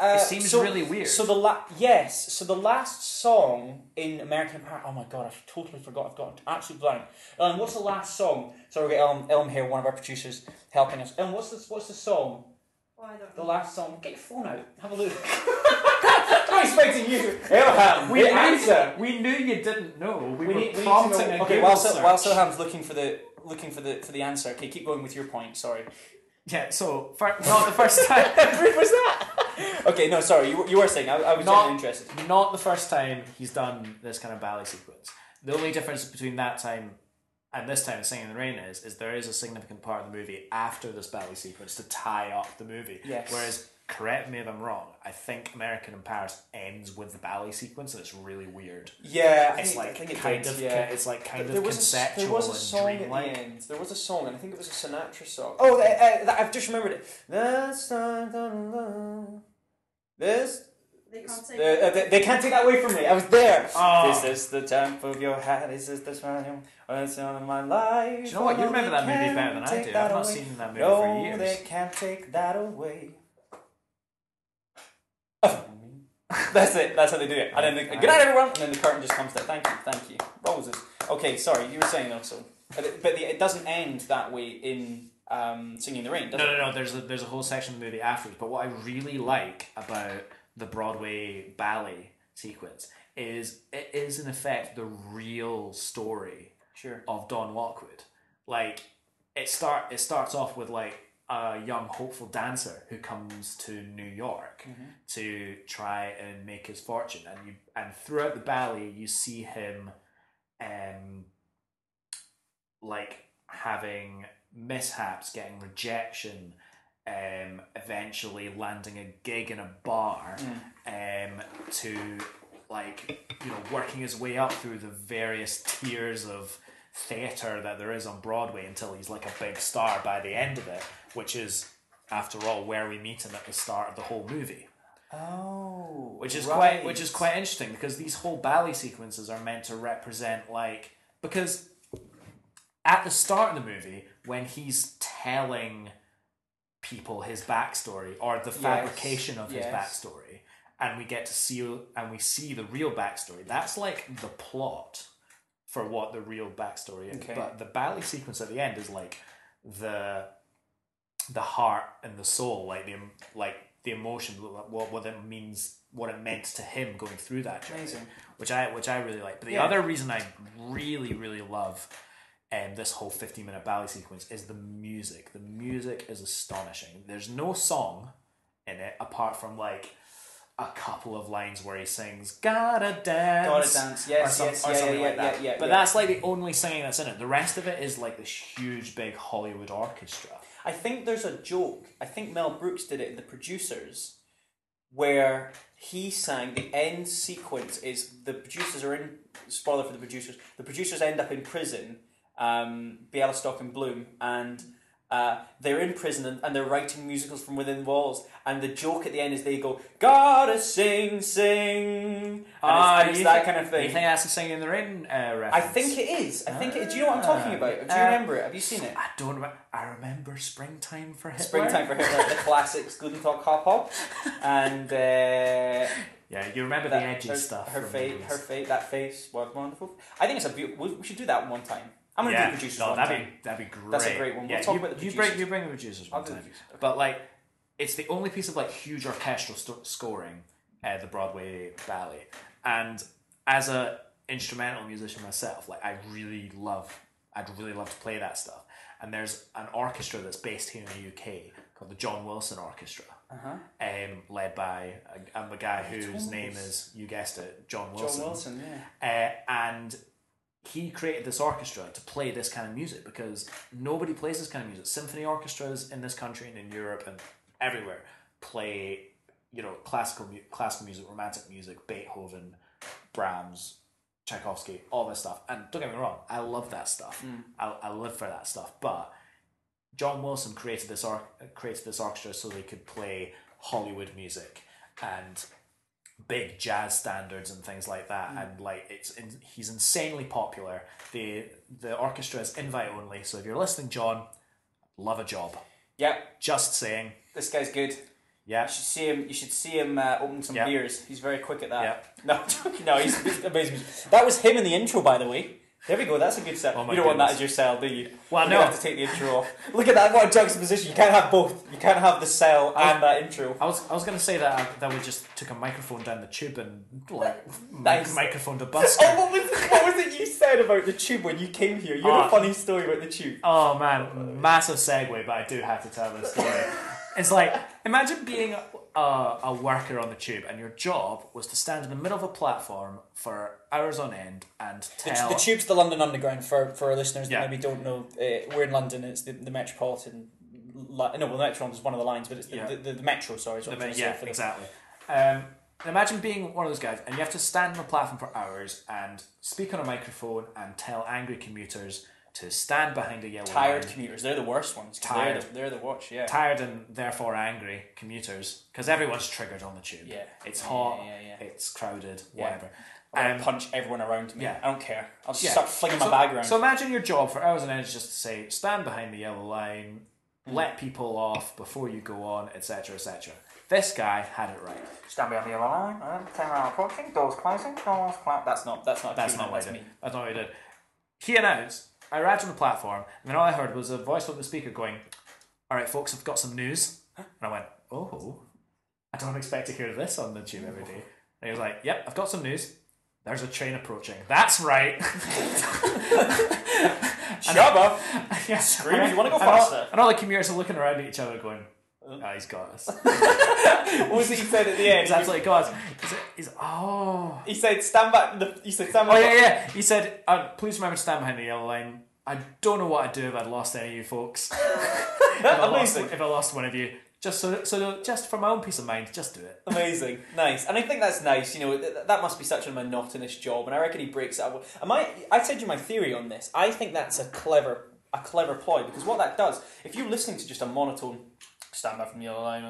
Uh,
It seems
so-
really weird.
So the la- yes, so the last song in American Pie. Oh my god, I've totally forgot. I've gotten absolute blank. Ellen, what's the last song? Sorry, we got Elm, Elm here, one of our producers helping us. Ellen, what's this? What's the song?
Oh, I don't
The
know.
last song. Get your phone out. Have a look. I'm expecting you, Abraham.
We
the
knew,
answer.
we knew you didn't know.
We
We,
need,
were
we need to
prompting
know.
a
Okay,
Google
while Sil-
search.
while Silham's looking for the looking for the for the answer. Okay, keep going with your point. Sorry.
Yeah, so fir- not the first time.
brief was that? okay, no, sorry. You, were- you were saying. I, I was
Not-
not interested.
not the first time he's done this kind of ballet sequence. The only difference between that time and this time, Singing in the Rain, is is there is a significant part of the movie after this ballet sequence to tie up the movie.
Yes.
Whereas, correct me if I'm wrong, I think American in Paris ends with the ballet sequence, and it's really weird.
Yeah, I
It's
think,
like
I think it
kind
did,
of
yeah.
it's like kind
There
of
was, a, s-
conceptual
there was a song
and
at
dreamlike.
the end. There was a song, and I think it was a Sinatra song. Oh, th- uh, th- I've just remembered it. This, this,
They can't say.
the- uh, they, they can't take that away from me. I was there.
Oh.
This is the temp of your hat. This is the smile of my life.
Do you know what? You
Oh,
remember
they
that movie better than
can't
I
take
do.
that
I've not
away.
seen that movie
No,
for years.
they can't take that away. That's it. That's how they do it. And then the, good night, everyone. And then the curtain just comes down. Thank you. Thank you. Roses. Okay, sorry. You were saying also, but it, but the, it doesn't end that way in um, Singing in the Rain, does
No,
it?
no, no. There's a, there's a whole section of the movie afterwards. But what I really like about the Broadway ballet sequence is it is in effect the real story
Sure.
of Don Lockwood. Like it start it starts off with like a young hopeful dancer who comes to New York to try and make his fortune, and you and throughout the ballet you see him, um, like having mishaps, getting rejection, um, eventually landing a gig in a bar, um, to like you know working his way up through the various tiers of theater that there is on Broadway until he's like a big star by the end of it, which is after all where we meet him at the start of the whole movie
Oh,
which is
right.
quite which is quite interesting because these whole ballet sequences are meant to represent like because at the start of the movie when he's telling people his backstory or the fabrication of his
yes.
backstory and we get to see and we see the real backstory that's like the plot for what the real backstory is
Okay.
but the ballet sequence at the end is like the the heart and the soul, like the like the emotion, what what it means, what it meant to him going through that journey,
Amazing.
which I which I really like. But the
Yeah.
other reason I really really love um, this whole fifteen minute ballet sequence is the music. The music is astonishing. There's no song in it apart from like a couple of lines where he sings "Gotta Dance,"
Gotta dance, yes, yes, yeah, yeah, yeah, yeah, yeah,
But
yeah.
that's like the only singing that's in it. The rest of it is like this huge big Hollywood orchestra.
I think there's a joke. I think Mel Brooks did it in The Producers, where he sang the end sequence is the producers are in spoiler for the producers. The producers end up in prison, um, Bialystok and Bloom, and Uh, they're in prison and, and they're writing musicals from within walls. And the joke at the end is they go, "Gotta sing, sing." And it's, and it's
Ah, you
that
think-
kind of
You
thing.
think that's the singing in the rain uh, reference?
I think it is. I think it is. Do you know what I'm talking about? Do you
Ah.
remember it? Have you seen it?
I don't. Remember, I remember springtime for Hitler.
Springtime for Hitler, the classics, Guten Tag, Hop Hop, and uh,
Yeah, you remember the
that-
edgy
her,
stuff.
Her
from
face,
movies.
her face, that face was wonderful. I think it's a beautiful. We should do that one time. I'm gonna
yeah,
do producers
no,
one
that'd
time.
be that'd be great.
That's a great one. We'll
yeah,
talk
you,
about the
you bring
producers.
you bring the producers
I'll
one
do the
time.
producers, okay.
But like, it's the only piece of like huge orchestral sto- scoring at the Broadway ballet, and as a instrumental musician myself, like I really love, I'd really love to play that stuff. And there's an orchestra that's based here in the UK called the John Wilson Orchestra,
Uh-huh.
um, led by a- and the guy whose name is you guessed it, John Wilson.
John Wilson, yeah.
Uh, and he created this orchestra to play this kind of music because nobody plays this kind of music. Symphony orchestras in this country and in Europe and everywhere play, you know, classical mu- classical music, romantic music, Beethoven, Brahms, Tchaikovsky, all this stuff. And don't get me wrong, I love that stuff. I, I live for that stuff. But John Wilson created this or- created this orchestra so they could play Hollywood music and big jazz standards and things like that
Mm.
and like it's in, he's insanely popular the the orchestra is invite only so if you're listening john love a job
Yep,
just saying
this guy's good.
yeah
You should see him. You should see him uh, open some
Yep.
beers. He's very quick at that.
Yep.
No, no, he's he's amazing. That was him in the intro, by the way. There we go. That's a good set.
Oh my
you don't want that
goodness.
as your cell, do you?
Well,
you
no.
have to take the intro off. Look at that. What a juxtaposition. You can't have both. You can't have the cell and that intro.
I was, I was going to say that that we just took a microphone down the tube and like
Nice.
mic- microphoned a bus.
Oh, what was, it, what was it you said about the tube when you came here? You had a
Ah.
funny story about the tube.
Oh man, massive segue, but I do have to tell this story. it's like imagine being a, a worker on the tube, and your job was to stand in the middle of a platform for hours on end and tell
The tube's the London Underground for, for our listeners that
Yeah.
maybe don't know. Uh, we're in London. It's the, the Metropolitan. Li- no, well, the Metropolitan is one of the lines, but it's the,
Yeah.
the, the, the Metro. Sorry, is what I'm trying to say
yeah,
for the-
exactly. Um, imagine being one of those guys, and you have to stand on the platform for hours and speak on a microphone and tell angry commuters to stand behind a yellow
Tired
line.
commuters. They're the worst ones. 'cause
Tired.
They're the, they're the watch. Yeah.
Tired and therefore angry commuters, because everyone's triggered on the tube.
Yeah.
It's
Yeah,
hot,
yeah, yeah.
it's crowded,
Yeah.
whatever.
I'm gonna
Um,
punch everyone around me.
yeah.
I don't care. I'll just
Yeah.
start flinging my
so,
bag around.
So imagine your job for hours on end is just to say, stand behind the yellow line,
Mm.
let people off before you go on, etc., etc. This guy had it right.
Stand behind the yellow line. uh, Turn around, approaching. Doors closing. Doors closing. That's not. That's not. a
That's
tune,
not what
That's
he
me.
did. That's not what he did. He announced, I arrived on the platform, and then all I heard was a voice from the speaker going, All right, folks, I've got some news. And I went, Oh, I don't expect to hear this on the tube every day. And he was like, Yep, I've got some news. There's a train approaching. That's right.
Shut up.
yeah.
Scream if you wanna go
And all-
faster. Uh.
And all the commuters are looking around at each other going, Oh, he's got us.
What was it he said at the end?
He's absolutely got us. He's, he's oh.
He said, "Stand back." The, he said, "Stand
Oh
back."
yeah, yeah. He said, uh, "Please remember to stand behind the yellow line." I don't know what I'd do if I'd lost any of you folks. if, I lost,
Amazing.
if I lost one of you, just so, so just for my own peace of mind, just do it.
Amazing, nice, and I think that's nice. You know, th- that must be such a monotonous job, and I reckon he breaks it up. Am I? I said you my theory on this. I think that's a clever, a clever ploy because what that does, if you're listening to just a monotone stand back from the yellow line,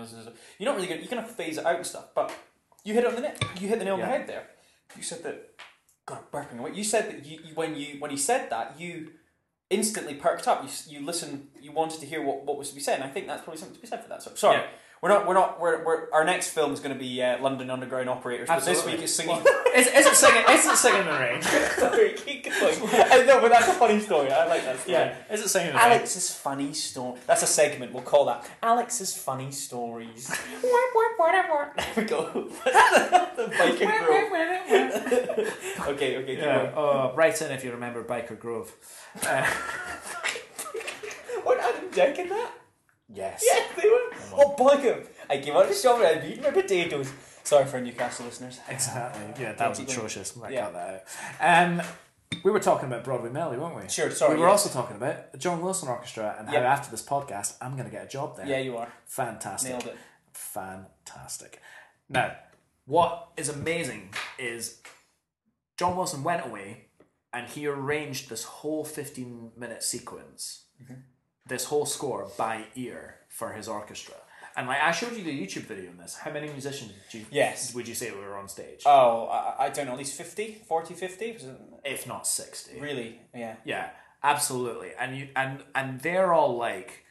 you're not really going. You're going to phase it out and stuff. But you hit it on the net. You hit the nail on the
Yeah.
head there. You said that. God, I'm burping away. You said that you, you when you when he said that you instantly perked up. You s- you listened. You wanted to hear what, what was to be said. And I think that's probably something to be said for that. So sorry,
Yeah.
we're not we're not we're, we're our next film is going to be uh, London Underground Operators. But this
Absolutely.
week it's singing.
Is, is it singing? Is it singing in the rain?
sorry, keep going. I know, Uh, but that's a funny story. I like that story.
Yeah. Is it singing in the rain?
Alex's funny story. That's a segment. We'll call that Alex's funny stories. there we go. the biker group. Okay, okay, keep
Yeah. Oh, write in if you remember Biker Grove. Uh,
going. What Adam Jack in that?
yes.
Yeah, they were. Oh, bug him! I gave out a shovel and I've eaten my potatoes. Sorry for our Newcastle listeners.
Exactly. Yeah, that was
keep going.
atrocious. I
Yeah.
cut that out. Um, we were talking about Broadway Melody, weren't we?
Sure, sorry,
We
yeah.
were also talking about the John Wilson Orchestra and
Yeah.
how after this podcast, I'm going to get a job there.
Yeah, you are.
Fantastic.
Nailed it.
Fantastic. Now, what is amazing is John Wilson
Mm-hmm.
went away and he arranged this whole 15 minute sequence this whole score by ear for his orchestra. And like I showed you the YouTube video on this. How many musicians do you,
Yes.
would you say were on stage?
Oh, I, I don't know, at least 50, 40, 50? Was it-
if not sixty.
Really? Yeah.
Yeah, absolutely. And you and and they're all like,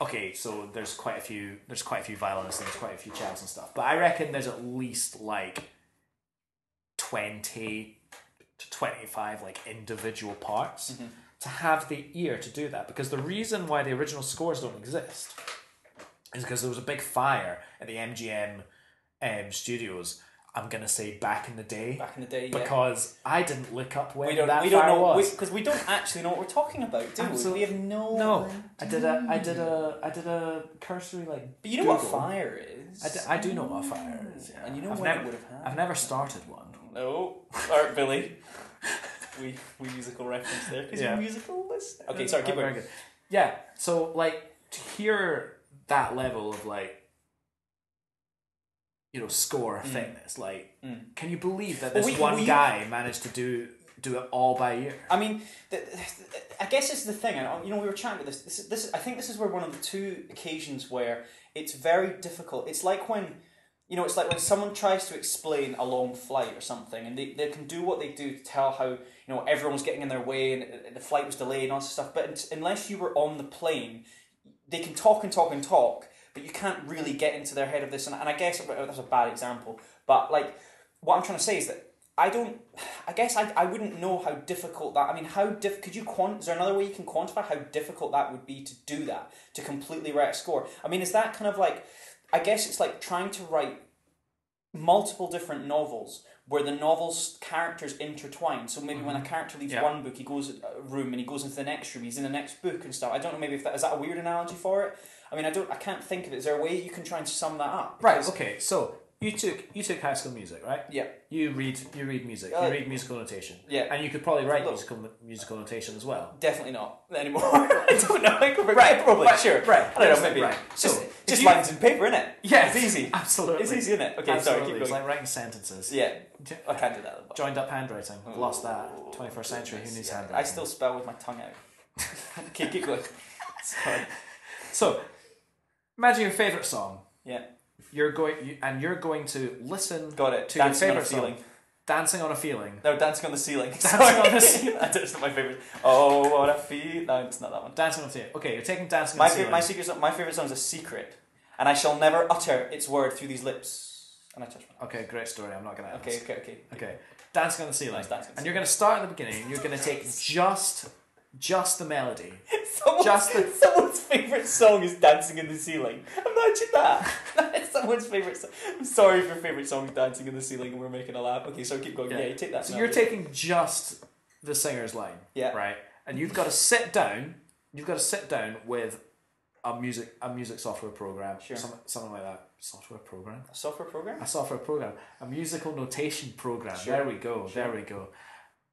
okay, so there's quite a few there's quite a few violinists and there's quite a few cellos and stuff. But I reckon there's at least like twenty to twenty five like individual parts
Mm-hmm.
to have the ear to do that. Because the reason why the original scores don't exist is because there was a big fire at the MGM um, studios. I'm gonna say back in the day.
Back in the day, yeah.
Because I didn't look up when
we don't,
that
we don't
fire
know
was
because we, don't actually know what we're talking about, do we? We
Absolutely.
have no.
no, I did a, I did a, I did a cursory like.
But you know what
Google.
fire is.
I d- I do know what a fire is. Yeah.
And you know
I've
when it
never,
would have happened.
I've never started one.
No, all right, Billy. we we musical reference there because
Yeah.
you're musical listener. Okay, sorry, keep
Not very
going.
good. Yeah, so like to hear that level of like, you know, score thickness. Like,
Hmm.
can you believe that
Mm. Well,
this
we-
one
we-
guy managed to do do it all by ear?
I mean, th th- th- I guess it's the thing, and uh, you know, we were chatting about this. This, is- this, is- I think this is where one of the two occasions where it's very difficult. It's like when, you know, it's like when someone tries to explain a long flight or something, and they, they can do what they do to tell how you know everyone was getting in their way and uh, the flight was delayed and all this stuff. But un- unless you were on the plane, they can talk and talk and talk, but you can't really get into their head of this. And, and I guess that's a bad example, but like what I'm trying to say is that I don't. I guess I, I wouldn't know how difficult that. I mean, how diff? Could you quant? Is there another way you can quantify how difficult that would be to do that to completely write a score? I mean, is that kind of like? I guess it's like trying to write multiple different novels where the novel's characters intertwine. So maybe when a character leaves
Mm-hmm. Yeah.
one book, he goes a room and he goes into the next room. He's in the next book and stuff. I don't know. Maybe if that is that a weird analogy for it. I mean, I don't. I can't think of it. Is there a way you can try and sum that up?
Right.
Because-
Okay. So you took you took High School Music, right?
Yeah.
You read you read music.
Uh,
you read musical notation.
yeah.
And you could probably write
Look.
musical musical notation as well.
Definitely not anymore. I don't know. Like,
Right,
probably.
right,
sure.
right.
I don't know. Maybe.
Right.
So, just,
So, if
just
you-
lines and paper, innit?
Yes,
It's easy.
Absolutely.
It's easy, innit? Okay,
Absolutely.
sorry, keep
It's
going.
like writing sentences.
Yeah.
J-
I can't do that.
Joined up handwriting. Lost that. Twenty first century. Who needs handwriting?
I still spell with my tongue out. okay, keep going. Sorry.
So, imagine your favorite song.
Yeah.
You're going you, and you're going to listen.
Got it.
To
Dancing
your
on a
favorite song.
Ceiling.
Dancing on a feeling.
No, dancing on the ceiling.
Dancing
Sorry.
on the Ceiling.
That's not my favorite. Oh, what I feel. No, it's not that one.
Dancing on a feeling. Okay, you're taking dancing
My
on a
favorite,
feeling.
my secret, song- my favorite song is a secret, and I shall never utter its word through these lips. And I touch my.
okay, great story. I'm not gonna.
Okay,
ask.
okay, okay.
Okay, dancing on the ceiling,
Nice dancing on the
and you're going to start at the beginning. and You're going to take just, just the melody.
Someone's,
Just the-
someone's favorite song is "Dancing in the Ceiling." Imagine that. That's someone's favorite. song. I'm sorry if your favorite song is "Dancing in the Ceiling" and we're making a laugh. Okay, so keep going. Yeah,
Yeah.
you take that.
So
now.
you're taking just the singer's line,
Yeah.
right? And you've got to sit down. You've got to sit down with a music, a music software program,
Sure.
some, something like that. Software program,
a software program.
a software program, a musical notation program.
Sure.
There we go. There we go.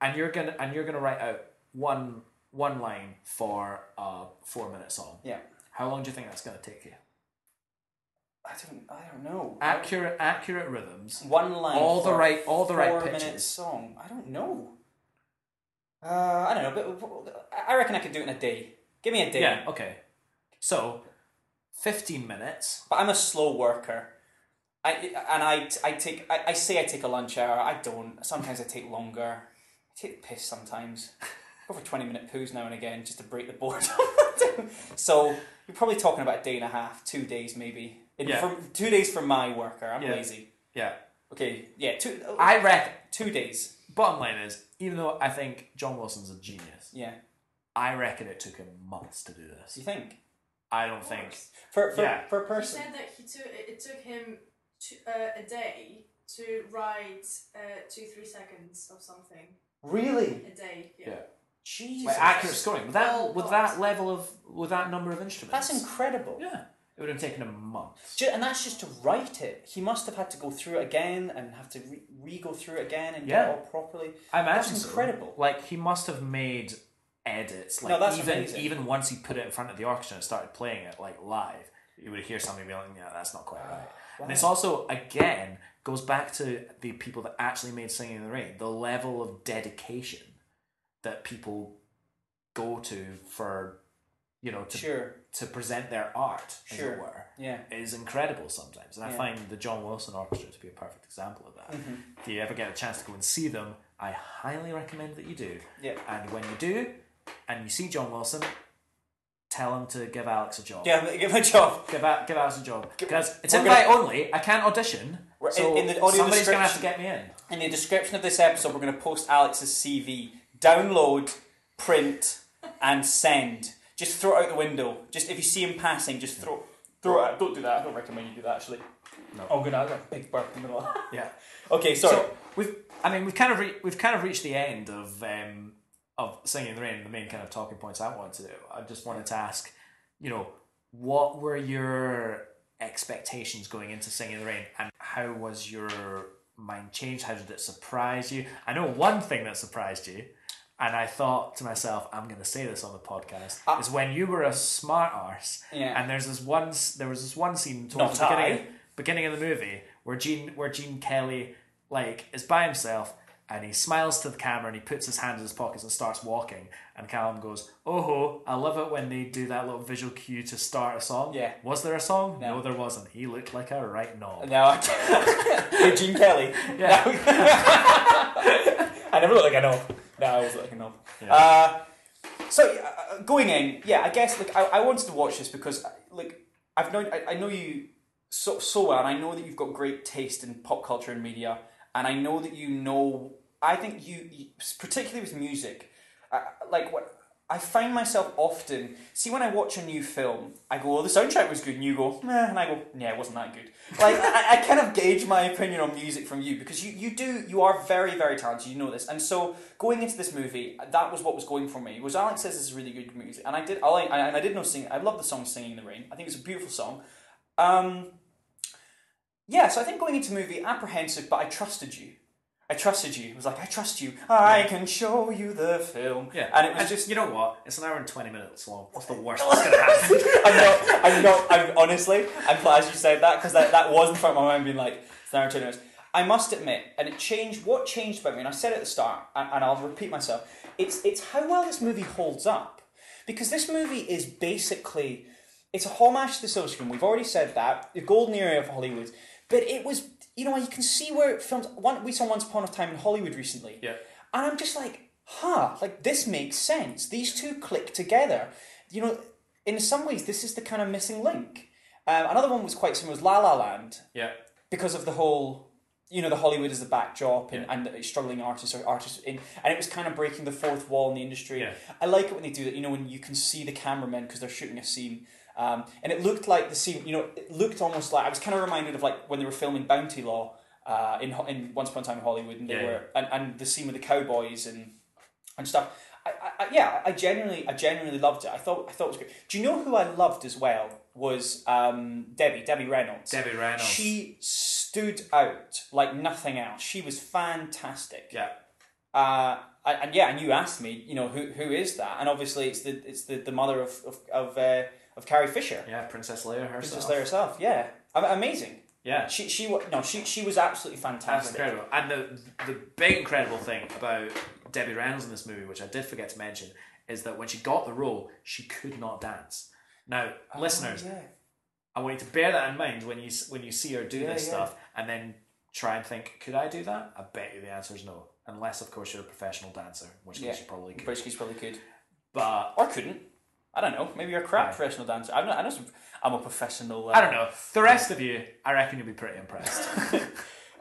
And you're gonna and you're gonna write out one one line for a four minute song.
Yeah.
How long do you think that's gonna take you?
I don't. I don't know.
Accurate accurate rhythms.
One line.
all the
for a
right- all the right
four-minute
pitches.
Song. I don't know. Uh, I don't know, but I reckon I could do it in a day. Give me a day.
Yeah. Okay. So, fifteen minutes.
But I'm a slow worker. I and I, I take I, I say I take a lunch hour. I don't. Sometimes I take longer. I take the piss sometimes. Go for twenty minute poos now and again just to break the boredom. so you're probably talking about a day and a half, two days maybe. In-
Yeah.
for- two days for my worker. I'm
Yeah.
lazy.
Yeah.
Okay. Yeah. Two.
I reckon.
two days.
Bottom line is, even though I think John Wilson's a genius,
Yeah.
I reckon it took him months to do
Do
this.
you think?
I don't think.
For for,
Yeah.
for a
He
person.
said that he took it, it took him two, uh, a day to write uh, two three seconds of something
Really?
a day. Yeah.
Yeah.
Jesus.
Like, accurate scoring with that
Oh,
with
God.
that level of with that number of instruments.
That's incredible.
Yeah. It would have taken him months.
Ju- and that's just to write it. He must have had to go through it again and have to re, re- go through it again and
Yeah.
get it all properly.
I imagine
That's
so.
incredible.
Like he must have made edits. Like
No, that's
even
amazing.
even once he put it in front of the orchestra and started playing it like live, you would hear somebody be like, "Yeah, that's not quite right." And it's also again goes back to the people that actually made "Singing in the Rain." The level of dedication that people go to for you know, to,
Sure.
to present their art, as
Sure.
it were,
Yeah.
is incredible sometimes. And I
Yeah.
find the John Wilson Orchestra to be a perfect example of that.
Mm-hmm.
If you ever get a chance to go and see them, I highly recommend that you do.
Yeah.
And when you do, and you see John Wilson, tell him to give Alex a job.
Yeah, I'm gonna get my job.
Give, Al- give Alex a job. Because it's
we're
invite only, I can't audition.
We're-
So
in- in the audio
somebody's going to have to get
description-
me in.
In the description of this episode, we're going to post Alex's CV. Download, print, and send. Just throw it out the window. Just if you see him passing, just throw throw it. Out. Don't do that. I don't recommend you do that. Actually. Oh,
No.
I'm gonna have a big burp in the middle.
Yeah.
okay, sorry.
So we've, I mean, we've kind of re- we've kind of reached the end of um, of singing in the rain. The main kind of talking points I wanted to do. I just wanted to ask, you know, what were your expectations going into singing in the rain, and how was your mind changed? How did it surprise you? I know one thing that surprised you. And I thought to myself, I'm going to say this on the podcast. is when you were a smart arse,
Ah. Yeah.
and there's this one, s- there was this one scene towards
Not
the beginning,
I.
beginning of the movie where Gene where Gene Kelly like is by himself and he smiles to the camera and he puts his hands in his pockets and starts walking and Callum goes oh ho I love it when they do that little visual cue to start a song
Yeah.
was there a song
No.
no, there wasn't he looked like a right knob
Now, hey, Gene Kelly.
Yeah.
No. I never look like a knob. No, I always look like a knob. Uh, so uh, uh, going in, yeah, I guess. Look, I, I wanted to watch this because, uh, like, I've known, I, I know you so so well, and I know that you've got great taste in pop culture and media, and I know that you know. I think you, you particularly with music, I, like what. I find myself often see when I watch a new film, I go, "Oh, the soundtrack was good," and you go, "Nah," and I go, "Yeah, it wasn't that good." Like I, I kind of gauge my opinion on music from you because you, you do you are very very talented. You know this, and so going into this movie, that was what was going for me. Was Alex says this is really good music, and I did I like, and I did know sing. I love the song "Singing in the Rain." I think it's a beautiful song. Um, yeah, so I think going into movie apprehensive, but I trusted you. I trusted you. It was like I trust you. I can show you the film.
yeah
and it was just
you know what it's an hour and 20 minutes long what's the worst that's going to happen
I'm not. I'm not. I'm honestly. I'm glad you said that because that, that was in front of my mind being like it's an hour and twenty minutes. I must admit, and it changed. What changed about me, and I said it at the start, and, and I'll repeat myself. It's it's how well this movie holds up, because this movie is basically it's a homage to the silver screen. We've already said that the golden era of Hollywood, but it was you know you can see where it films. One we saw Once Upon a Time in Hollywood recently.
Yeah.
And I'm just like, huh, like this makes sense. These two click together. You know, in some ways, this is the kind of missing link. Um, another one was quite similar was La La Land
yeah
because of the whole, you know, the Hollywood is the backdrop and, and the struggling artists or artists in, and it was kind of breaking the fourth wall in the industry.
Yeah.
I like it when they do that. You know, when you can see the cameramen because they're shooting a scene. Um, and it looked like the scene, you know, it looked almost like I was kind of reminded of like when they were filming Bounty Law uh, in Ho- in Once Upon a Time in Hollywood, and they
Yeah,
were and, and the scene with the cowboys and and stuff. I, I, I, yeah, I genuinely, I genuinely loved it. I thought, I thought it was great. Do you know who I loved as well? Was um, Debbie, Debbie Reynolds.
Debbie Reynolds
She stood out like nothing else. She was fantastic.
yeah
Uh, and, and yeah, and you asked me, you know, who who is that? And obviously, it's the it's the, the mother of of of, uh, of Carrie Fisher.
yeah Princess Leia herself
Princess Leia herself. Yeah, Am- amazing.
yeah
She she wa- no she she was absolutely
That's
fantastic.
incredible. And the the big incredible thing about Debbie Reynolds in this movie, which I did forget to mention, is that when she got the role, she could not dance. Now, listeners,
Oh, Yeah.
I want you to bear that in mind when you s- when you see her do
Yeah,
this
yeah.
stuff, and then try and think, could I do that? I bet you the answer is no, unless of course you're a professional dancer, in which case
Yeah.
you probably could.
British probably could
But
or couldn't. I don't know. Maybe you're a crap
Yeah.
professional dancer. I don't. I know some. I'm a professional. Uh,
I don't know. The rest of you, I reckon you'll be pretty impressed.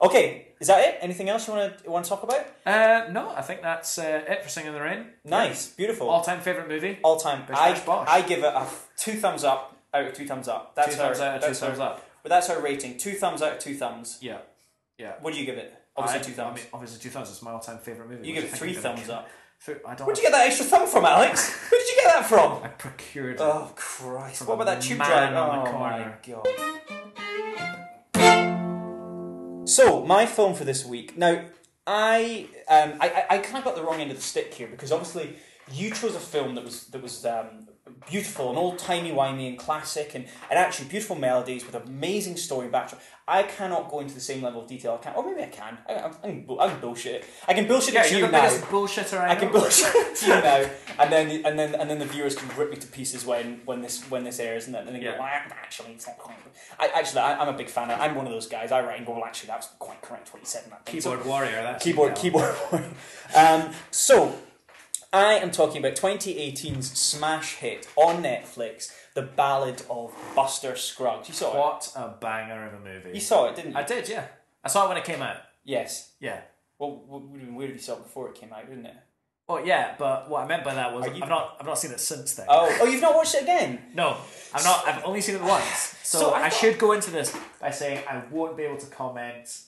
Okay, is that it? Anything else you want to want to talk about?
uh, no, I think that's uh, it for Singing in the Rain.
Nice, beautiful.
All time favorite movie.
all time.
Bish,
I,
bash, bosh.
I give it a f- two thumbs up out of two thumbs up. That's
two
our,
thumbs out, of two
that's our-
thumbs up.
But that's our rating. Two thumbs out of two thumbs.
Yeah, yeah.
What do you give it? Obviously,
I-
two thumbs.
I mean, obviously, two thumbs. It's my all-time favorite movie.
you
which
give it
I
three
think I'm gonna-
thumbs up.
Three- I don't.
Where'd you get that extra thumb from, Alex? Where did you get that from?
I procured. it.
Oh Christ!
From
What
a
about that tube
man
drive?
on the
oh
corner.
my god! So my film for this week. Now I um I, I, I kind of got the wrong end of the stick here because obviously you chose a film that was that was um beautiful and old timey wimey and classic and, and actually beautiful melodies with amazing story and backdrop. I cannot go into the same level of detail. I can, or maybe I can. I, I, I, can, bull- I can bullshit it. I can bullshit it
Yeah,
to
you're
you
the
now.
biggest bullshitter I,
I can
know.
bullshit it to you now, and then and then and then the viewers can rip me to pieces when when this when this airs, and then and they go,
Yeah.
well, actually, it's not quite. I, actually, I, I'm a big fan. Of, I'm one of those guys. I write and go, well, actually, that's quite correct what you said. in that thing." So-
Keyboard warrior. That's
keyboard,
yeah.
keyboard. um, so, I am talking about 2018's smash hit on Netflix, The Ballad of Buster Scruggs. You saw
What a banger of a movie.
it. You saw it, didn't you?
I did, yeah. I saw it when it came out.
yes.
Yeah.
Well, w- would have been weird if you saw it before it came out, wouldn't it?
Well, yeah, but what I meant by that was
Are you-
I've not I've not seen it since then.
Oh, oh, you've not watched it again.
No, I've not. I've only seen it once, so,
So I
I,
thought-
should go into this by saying I won't be able to comment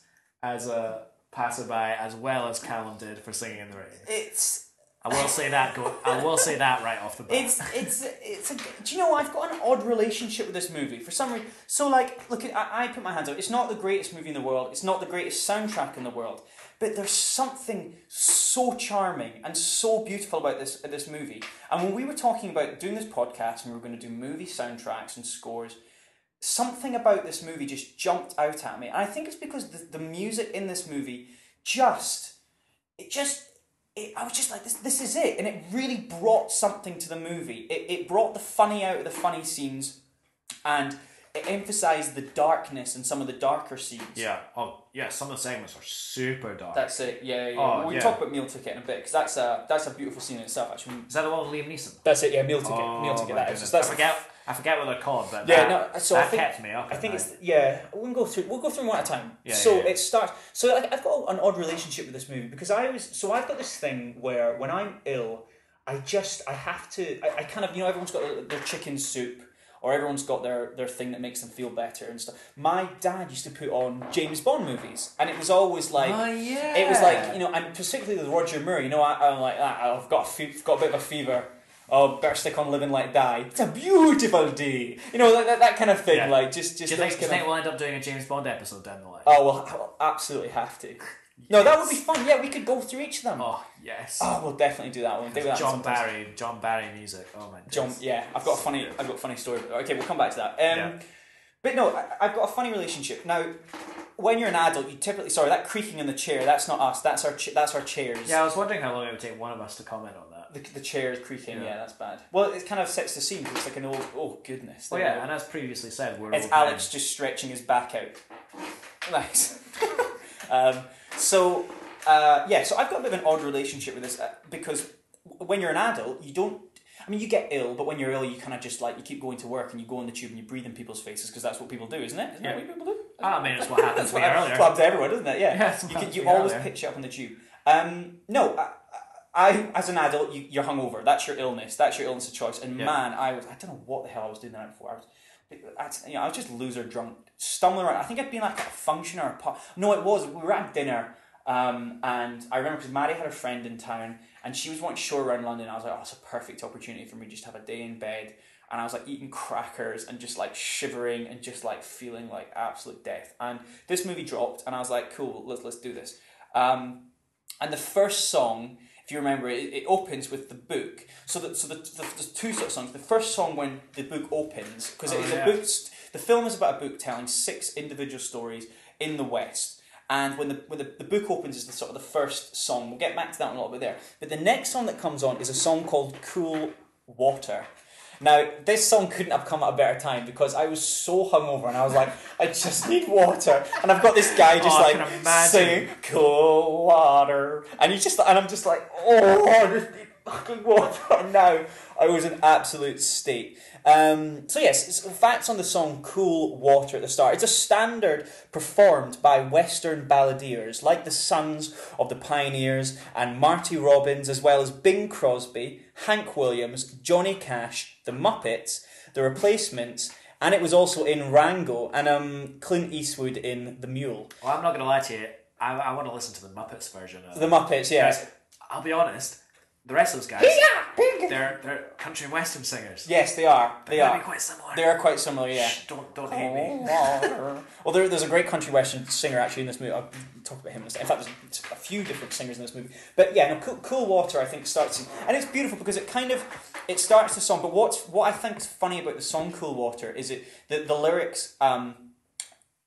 as a passerby as well as Callum did for singing in the rain.
It's
I will say that. Go, I will say that right off the bat.
It's it's it's a. Do you know I've got an odd relationship with this movie for some reason. So like, look, I, I put my hands up. It's not the greatest movie in the world. It's not the greatest soundtrack in the world. But there's something so charming and so beautiful about this uh, this movie. And when we were talking about doing this podcast and we were going to do movie soundtracks and scores, something about this movie just jumped out at me. And I think it's because the, the music in this movie just it just it, I was just like, this, this is it. And it really brought something to the movie. It, it brought the funny out of the funny scenes and it emphasized the darkness and some of the darker scenes.
yeah. Oh, yeah. Some of the segments are super dark.
That's it. Yeah, yeah.
Oh,
Well, we
yeah.
talk about meal ticket in a bit because that's a that's a beautiful scene in itself. Actually,
Is that the one with Liam Neeson?
that's it. Yeah, meal ticket.
Oh,
meal ticket.
my
That is.
goodness.
just- that's
I forget. I forget what they're called, but
Yeah,
that,
no. So
that
I think
kept me up.
I
at
think
night.
it's yeah. We'll go through. We'll go through one at a time.
Yeah,
so
yeah, yeah.
it starts. So like, I've got an odd relationship with this movie because I always. So I've got this thing where when I'm ill, I just I have to. I, I kind of you know everyone's got their chicken soup. Or everyone's got their, their thing that makes them feel better and stuff. My dad used to put on James Bond movies, and it was always like
Oh, yeah.
it was like you know, and particularly with Roger Moore, you know, I, I'm like ah, I've got a fe- got a bit of a fever. Oh, better stick on living like die. It's a beautiful day, you know, that, that, that kind of thing.
Yeah.
Like just just
Do you
those
think, do
kind
you think
of,
we'll end up doing a James Bond episode down the line?
oh well, I will absolutely have to. No, that would be fun. Yeah, we could go through each of them. Oh,
Oh, yes.
we'll definitely do that one. Do that
John
sometime.
Barry, John Barry music. Oh my.
John,
days.
yeah, I've got a funny, I've got a funny story. Okay, we'll come back to that. Um,
Yeah.
But no, I, I've got a funny relationship now. When you're an adult, you typically sorry that creaking in the chair. That's not us. That's our ch- that's our chairs.
Yeah, I was wondering how long it would take one of us to comment on that.
The, the chair is creaking. Yeah.
Yeah.
that's bad. Well, it kind of sets the scene. 'cause It's like an old. Oh goodness.
Well,
there we
yeah,
go.
and as previously said, we're
It's
all
Alex just stretching his back out. Nice. um, so, uh, yeah, so I've got a bit of an odd relationship with this uh, because when you're an adult, you don't. I mean, you get ill, but when you're ill, you kind of just like you keep going to work and you go on the tube and you breathe in people's faces because that's what people do, isn't it? Isn't
Yeah.
that what people do?
men. Ah, I mean, it's what happened
That's
to me
what hap-
earlier.
that's what happened to everyone, isn't it? Yeah.
Yeah, that's what
you can,
happened
you
to me
always
earlier.
pitch up on the tube. Um, no, I, I, as an adult, you, you're hungover. That's your illness. That's your illness of choice. And
Yeah.
man, I was, I don't know what the hell I was doing the night before. I was, I, you know, I was just loser drunk, stumbling around. I think I'd been like at a function or a pub. No, it was. We were at dinner. Um, and I remember because Maddie had a friend in town and she was wanting to show around London. I was like, oh, it's a perfect opportunity for me just to have a day in bed. And I was like eating crackers and just like shivering and just like feeling like absolute death. And this movie dropped and I was like, cool, let's, let's do this. Um, and the first song, if you remember, it, it opens with the book. So that so the, the, there's two sort of songs. The first song when the book opens because
Oh,
it is
yeah.
a book. st- The film is about a book telling six individual stories in the West. And when the when the, the book opens is the sort of the first song. We'll get back to that one a little bit there. But the next song that comes on is a song called "Cool Water." Now this song couldn't have come at a better time because I was so hungover and I was like, I just need water, and I've got this guy just
Oh, I
like
can imagine.
singing cool water. And you just and I'm just like, oh, I just need fucking water now. I was in absolute state. Um, so yes, so facts on the song "Cool Water" at the start. It's a standard performed by Western balladeers like the Sons of the Pioneers and Marty Robbins, as well as Bing Crosby, Hank Williams, Johnny Cash, The Muppets, The Replacements, and it was also in Rango and um, Clint Eastwood in The Mule.
Well, I'm not going to lie to you. I, I want to listen to the Muppets version of
The Muppets, yeah.
Guys, I'll be honest. The rest of those guys, they're they're country and western singers.
Yes, they are. They
They're
are.
quite similar.
They are quite similar, yeah. Oh.
Shh, don't don't hate me.
well, there, there's a great country western singer actually in this movie. I'll talk about him in a second. In fact, there's a few different singers in this movie. But yeah, no, cool, cool Water I think starts, in- and it's beautiful because it kind of it starts the song, but what's what I think is funny about the song "Cool Water" is it that the lyrics um,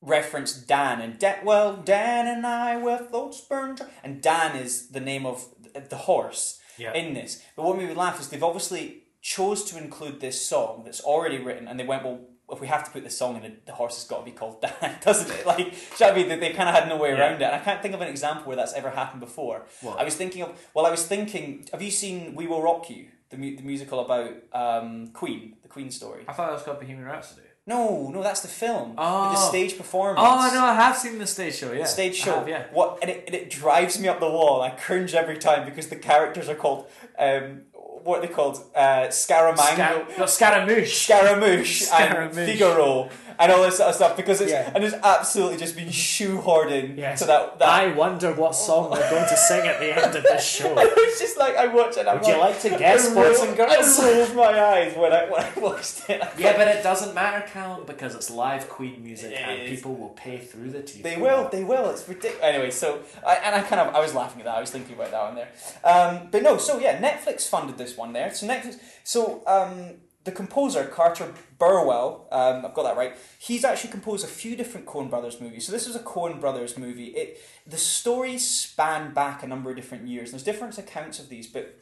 reference Dan and Dan. Well, Dan and I were floats burned, dry. and Dan is the name of th- the horse
Yeah.
in this. But what made me laugh is they've obviously chose to include this song that's already written, and they went well. If we have to put this song in, the horse has got to be called Dan, doesn't it? Like, do you know what I mean? They, they kind of had no way
Yeah.
around it. And I can't think of an example where that's ever happened before.
What?
I was thinking of. Well, I was thinking. Have you seen We Will Rock You, the, mu- the musical about um, Queen, the Queen story?
I thought that was called Bohemian Rhapsody.
No, no, that's the film. with the
Oh.
stage performance.
Oh no, I have seen the stage show. Yeah,
The stage
I
show.
have, yeah,
What and it, and it drives me up the wall. I cringe every time because the characters are called um, what are they called? Uh, Scaramango.
Scar- no, Scaramouche.
Scaramouche and
Scaramouche.
Figaro and all this sort of stuff because it's
Yeah.
and it's absolutely just been shoehorned in
Yes.
to that. that
I wonder what song they're going to sing at the end of this show. Would
it's just like I watch it. And I'm
you
like,
like to guess, boys and girls?
I rolled my eyes when I when I watched it.
Yeah, but it doesn't matter, Callum, because it's live Queen music,
It
and
is.
people will pay through the teeth.
They
for
will,
that.
they will. It's ridiculous. Anyway, so I, and I kind of I was laughing at that. I was thinking about that one there. Um, but no, so yeah, Netflix funded this one there. So Netflix. So um, the composer Carter Burwell, um, I've got that right. He's actually composed a few different Coen Brothers movies. So this was a Coen Brothers movie. It the stories span back a number of different years. There's different accounts of these, but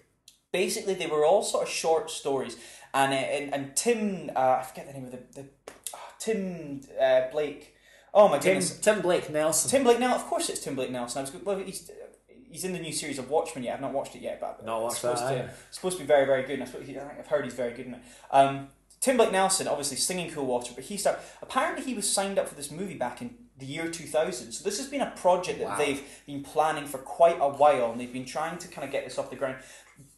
basically they were all sort of short stories. And uh, and, and Tim, uh, I forget the name of the, the ah, Tim uh, Blake. Oh my
Tim,
goodness.
Tim Blake Nelson.
Tim Blake now, of course, it's Tim Blake Nelson. I was well, he's he's in the new series of Watchmen yet. I've not watched it yet, but
Not
it's supposed
watched that eh?
to
either.
it's supposed to be very very good. And I, suppose, I think I've heard he's very good in it. Um, Tim Blake Nelson, obviously singing Cool Water, but he started. Apparently, he was signed up for this movie back in the year 2000. So this has been a project that
Wow.
they've been planning for quite a while, and they've been trying to kind of get this off the ground.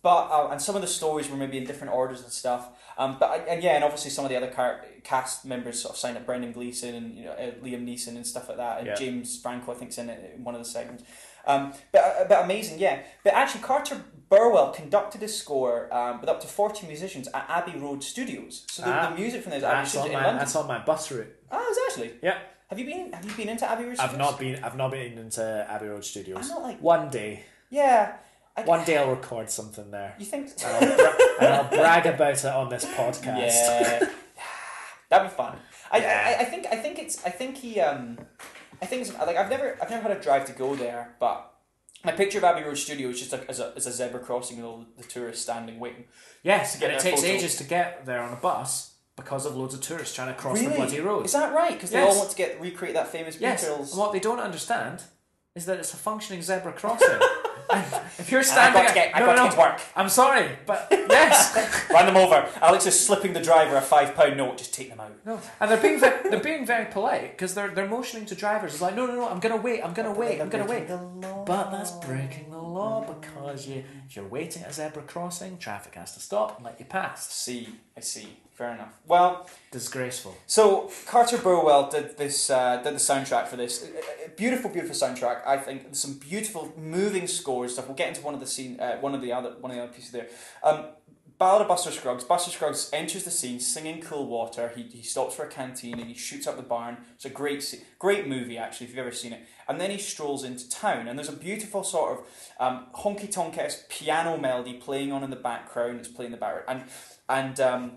But uh, and some of the stories were maybe in different orders and stuff. Um, but I- and yeah, and obviously some of the other car- cast members sort of signed up. Brendan Gleeson and you know uh, Liam Neeson and stuff like that. And
Yeah.
James Franco, I think's in it in one of the segments. Um, but but amazing, yeah. But actually, Carter Burwell conducted his score um, with up to forty musicians at Abbey Road Studios. So the,
Ah.
the music from those Abbey
That's
Studios
on,
in
my,
London.
that's on my bus route.
Ah, it's actually.
Yeah.
Have you been? Have you been into Abbey Road? Studios?
I've not been. I've not been into Abbey Road Studios.
I'm not like-
one day.
Yeah. I,
One day I'll record something there,
You think?
and I'll, bra- and I'll brag about it on this podcast.
Yeah, that'd be fun. I,
Yeah.
I, I think I think it's I think he um I think it's, like I've never I've never had a drive to go there, but my picture of Abbey Road Studio is just like as a, as a zebra crossing with all the tourists standing waiting.
Yes,
To get
and it
their
takes
photo.
ages to get there on a bus because of loads of tourists trying to cross the
Really?
bloody road.
Is that right? Because they
Yes.
all want to get recreate that famous
yes,
Beatles.
and what they don't understand is that it's a functioning zebra crossing. And if you're
And I
standing,
got to get I
no,
got
no,
to get to work.
I'm sorry, but yes,
Run them over. Alex is slipping the driver a five pound note. Just take them out.
no, and they're being very, they're being very polite because they're they're motioning to drivers. It's like, no, no, no, I'm gonna wait, I'm gonna wait, I'm gonna wait. But that's breaking the law because you if you're waiting at a zebra crossing, traffic has to stop and let you pass.
See, I see. Fair enough. Well,
Disgraceful.
So Carter Burwell did this, uh, did the soundtrack for this. A- a- a Beautiful, beautiful soundtrack. I think There's some beautiful, moving scores stuff. We'll get into one of the scene, uh, one of the other, one of the other pieces there. Um, Ballad of Buster Scruggs. Buster Scruggs enters the scene singing "Cool Water." He, he stops for a canteen and he shoots up the barn. It's a great, se- great movie actually if you've ever seen it. And then he strolls into town and there's a beautiful sort of um, honky tonk esque piano melody playing on in the background. It's playing in the background and and. Um,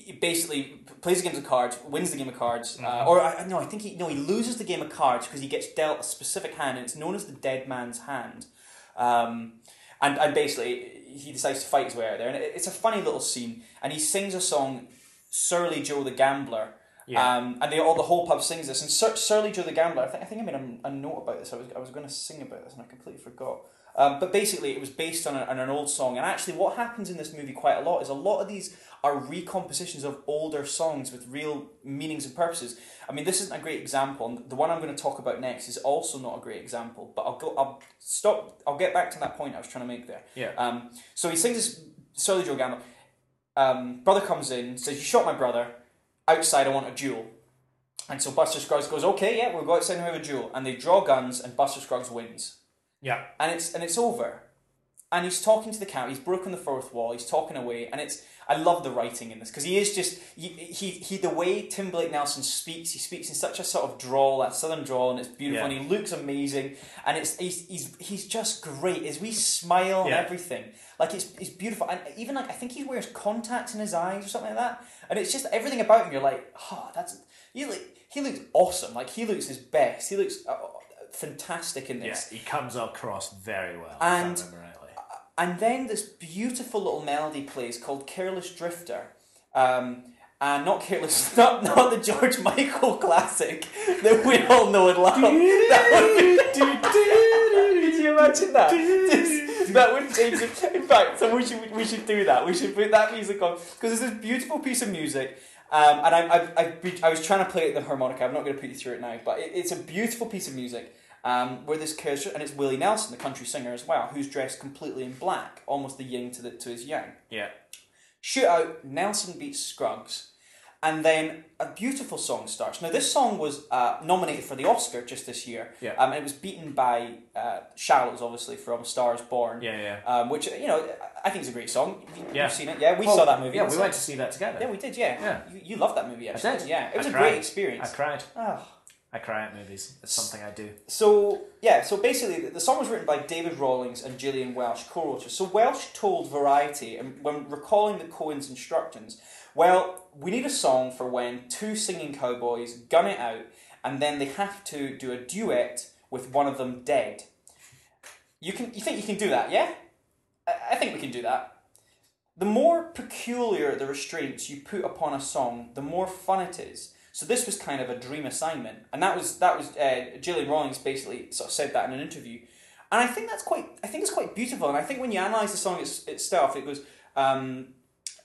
he basically p- plays a game of cards, wins the game of cards, uh, or I, no, I think he no, he loses the game of cards because he gets dealt a specific hand, and it's known as the dead man's hand. Um, and and basically, he decides to fight his way out of there, and it, it's a funny little scene. And he sings a song, "Surly Joe the Gambler."
Yeah.
Um, and they all the whole pub sings this, and Sur- Surly Joe the Gambler. I think I think I made a, a note about this. I was I was going to sing about this, and I completely forgot. Um, but basically, it was based on, a, on an old song. And actually, what happens in this movie quite a lot is a lot of these are recompositions of older songs with real meanings and purposes. I mean, this isn't a great example. And the one I'm going to talk about next is also not a great example. But I'll go. I'll stop. I'll get back to that point I was trying to make there.
Yeah.
Um, so he sings this Surly Joe Gambler. Um, brother comes in, says, "You shot my brother. Outside, I want a duel." And so Buster Scruggs goes, "Okay, yeah, we'll go outside and have a duel." And they draw guns, and Buster Scruggs wins
Yeah.
and it's and it's over. and he's talking to the camera. He's broken the fourth wall. He's talking away, and it's. I love the writing in this because he is just he, he he the way Tim Blake Nelson speaks. He speaks in such a sort of drawl, that southern drawl, and it's beautiful.
Yeah.
And he looks amazing, and it's he's he's, he's just great. As we smile and
Yeah.
everything, like it's it's beautiful. And even like I think he wears contacts in his eyes or something like that. And it's just everything about him. You're like, oh, that's he like he looks awesome. Like he looks his best. He looks uh, fantastic in this.
Yes, he comes across very well.
And-
if I remember rightly.
And then this beautiful little melody plays called Careless Drifter. Um, and not Careless, not, not the George Michael classic that we all know and love. That would be, could you imagine that? Just- that would change it. In fact, so we should, we should do that. We should put that music on. Because it's this beautiful piece of music. Um, and I, I, I, be- I was trying to play it the harmonica. I'm not going to put you through it now. But it, it's a beautiful piece of music um, where this character, and it's Willie Nelson, the country singer as well, who's dressed completely in black, almost the yin to, the, to his yang.
Yeah.
Shootout, Nelson beats Scruggs, and then a beautiful song starts. Now, this song was uh, nominated for the Oscar just this year,
Yeah.
um, and it was beaten by uh, Shallows, obviously, from A Star is Born,
Yeah, yeah.
um, which, you know, I think is a great song. You- You've
Yeah.
seen it, yeah? We saw that movie.
Yeah, we
It's-
went to see that together.
Yeah, we did, yeah.
Yeah.
You, you loved that movie, actually.
did.
Yeah, it was
I
a
cried.
great experience.
I cried.
Ah.
I cry at movies. It's something I do.
So yeah, so basically, the- the song was written by David Rawlings and Gillian Welsh, co-writers. So Welsh told Variety, and when recalling the Coens' instructions, well, we need a song for when two singing cowboys gun it out, and then they have to do a duet with one of them dead. You can, you think you can do that? Yeah, I, I think we can do that. The more peculiar the restraints you put upon a song, the more fun it is. So this was kind of a dream assignment, and that was that was uh, Gillian Rawlings basically sort of said that in an interview, and I think that's quite I think it's quite beautiful, and I think when you analyze the song its, itself, it goes. Um,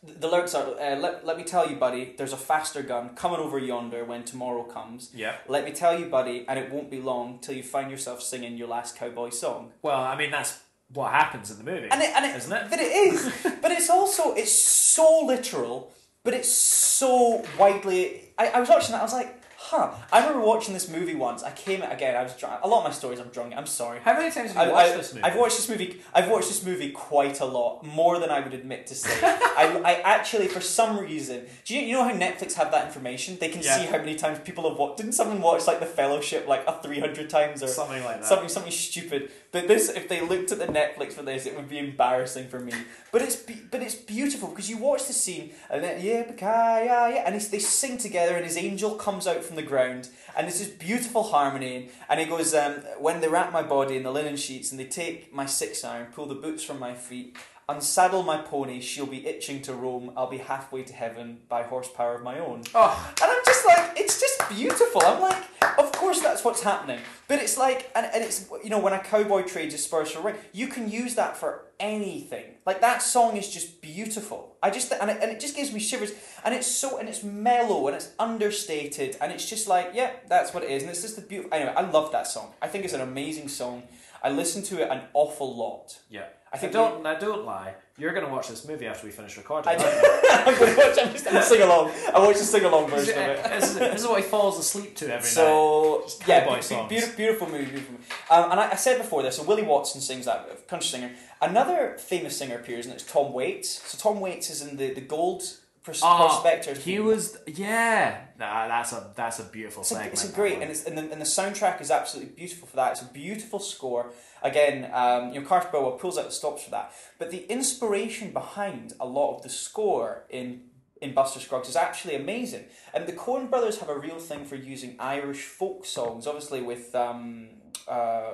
the the lyrics are uh, let, let me tell you, buddy, there's a faster gun coming over yonder when tomorrow comes.
Yeah.
Let me tell you, buddy, and it won't be long till you find yourself singing your last cowboy song.
Well, I mean, that's what happens in the movie.
And it, and it,
isn't it?
But it is. but it's also it's so literal, but it's so widely. I, I was watching that. I was like, huh. I remember watching this movie once. I came again. I was drunk. A lot of my stories. I'm drunk. I'm sorry.
How many times have you
I,
watched
I,
this movie?
I've watched this movie. I've watched this movie quite a lot, more than I would admit to say. I, I actually, for some reason, do you, you know how Netflix have that information? They can
Yeah.
see how many times people have watched. Didn't someone watch like The Fellowship like a three hundred times or
something like that.
something something stupid. But this, if they looked at the Netflix for this, it would be embarrassing for me. But it's be- but it's beautiful because you watch the scene and then yeah, yeah, yeah, and it's, they sing together, and his angel comes out from the ground, and it's this beautiful harmony. And, and it goes, um, when they wrap my body in the linen sheets, and they take my six iron, pull the boots from my feet. Unsaddle my pony, she'll be itching to roam. I'll be halfway to heaven by horsepower of my own.
Oh,
And I'm just like, it's just beautiful. I'm like, of course that's what's happening. But it's like, and, and it's, you know, when a cowboy trades his spurs for a ring, you can use that for anything. Like, that song is just beautiful. I just, and it, and it just gives me shivers. And it's so, and it's mellow and it's understated. And it's just like, yeah, that's what it is. And it's just the beautiful, anyway, I love that song. I think it's an amazing song. I listen to it an awful lot.
yeah.
I think
now don't now don't lie. You're gonna watch this movie after we finish recording.
I do.
aren't you?
I'm going to watch, I'm just going to sing along. I watch the sing along
this,
version of it.
is, this is what he falls asleep to every night.
So
Just
yeah,
cowboy
be- be-
songs.
beautiful, beautiful movie. Beautiful movie. Um, and I, I said before this, so Willie Watson sings that country singer. Another famous singer appears, and it's Tom Waits. So Tom Waits is in the the Gold pros-
Ah,
Prospectors.
He
movie.
was yeah. Nah, that's a that's a beautiful
It's a,
segment.
it's a
that
great,
one.
and it's and the, and the soundtrack is absolutely beautiful for that. It's a beautiful score. Again, um, you know, Carter Burwell pulls out the stops for that. But the inspiration behind a lot of the score in in Buster Scruggs is actually amazing. And the Coen Brothers have a real thing for using Irish folk songs, obviously with um, uh, uh,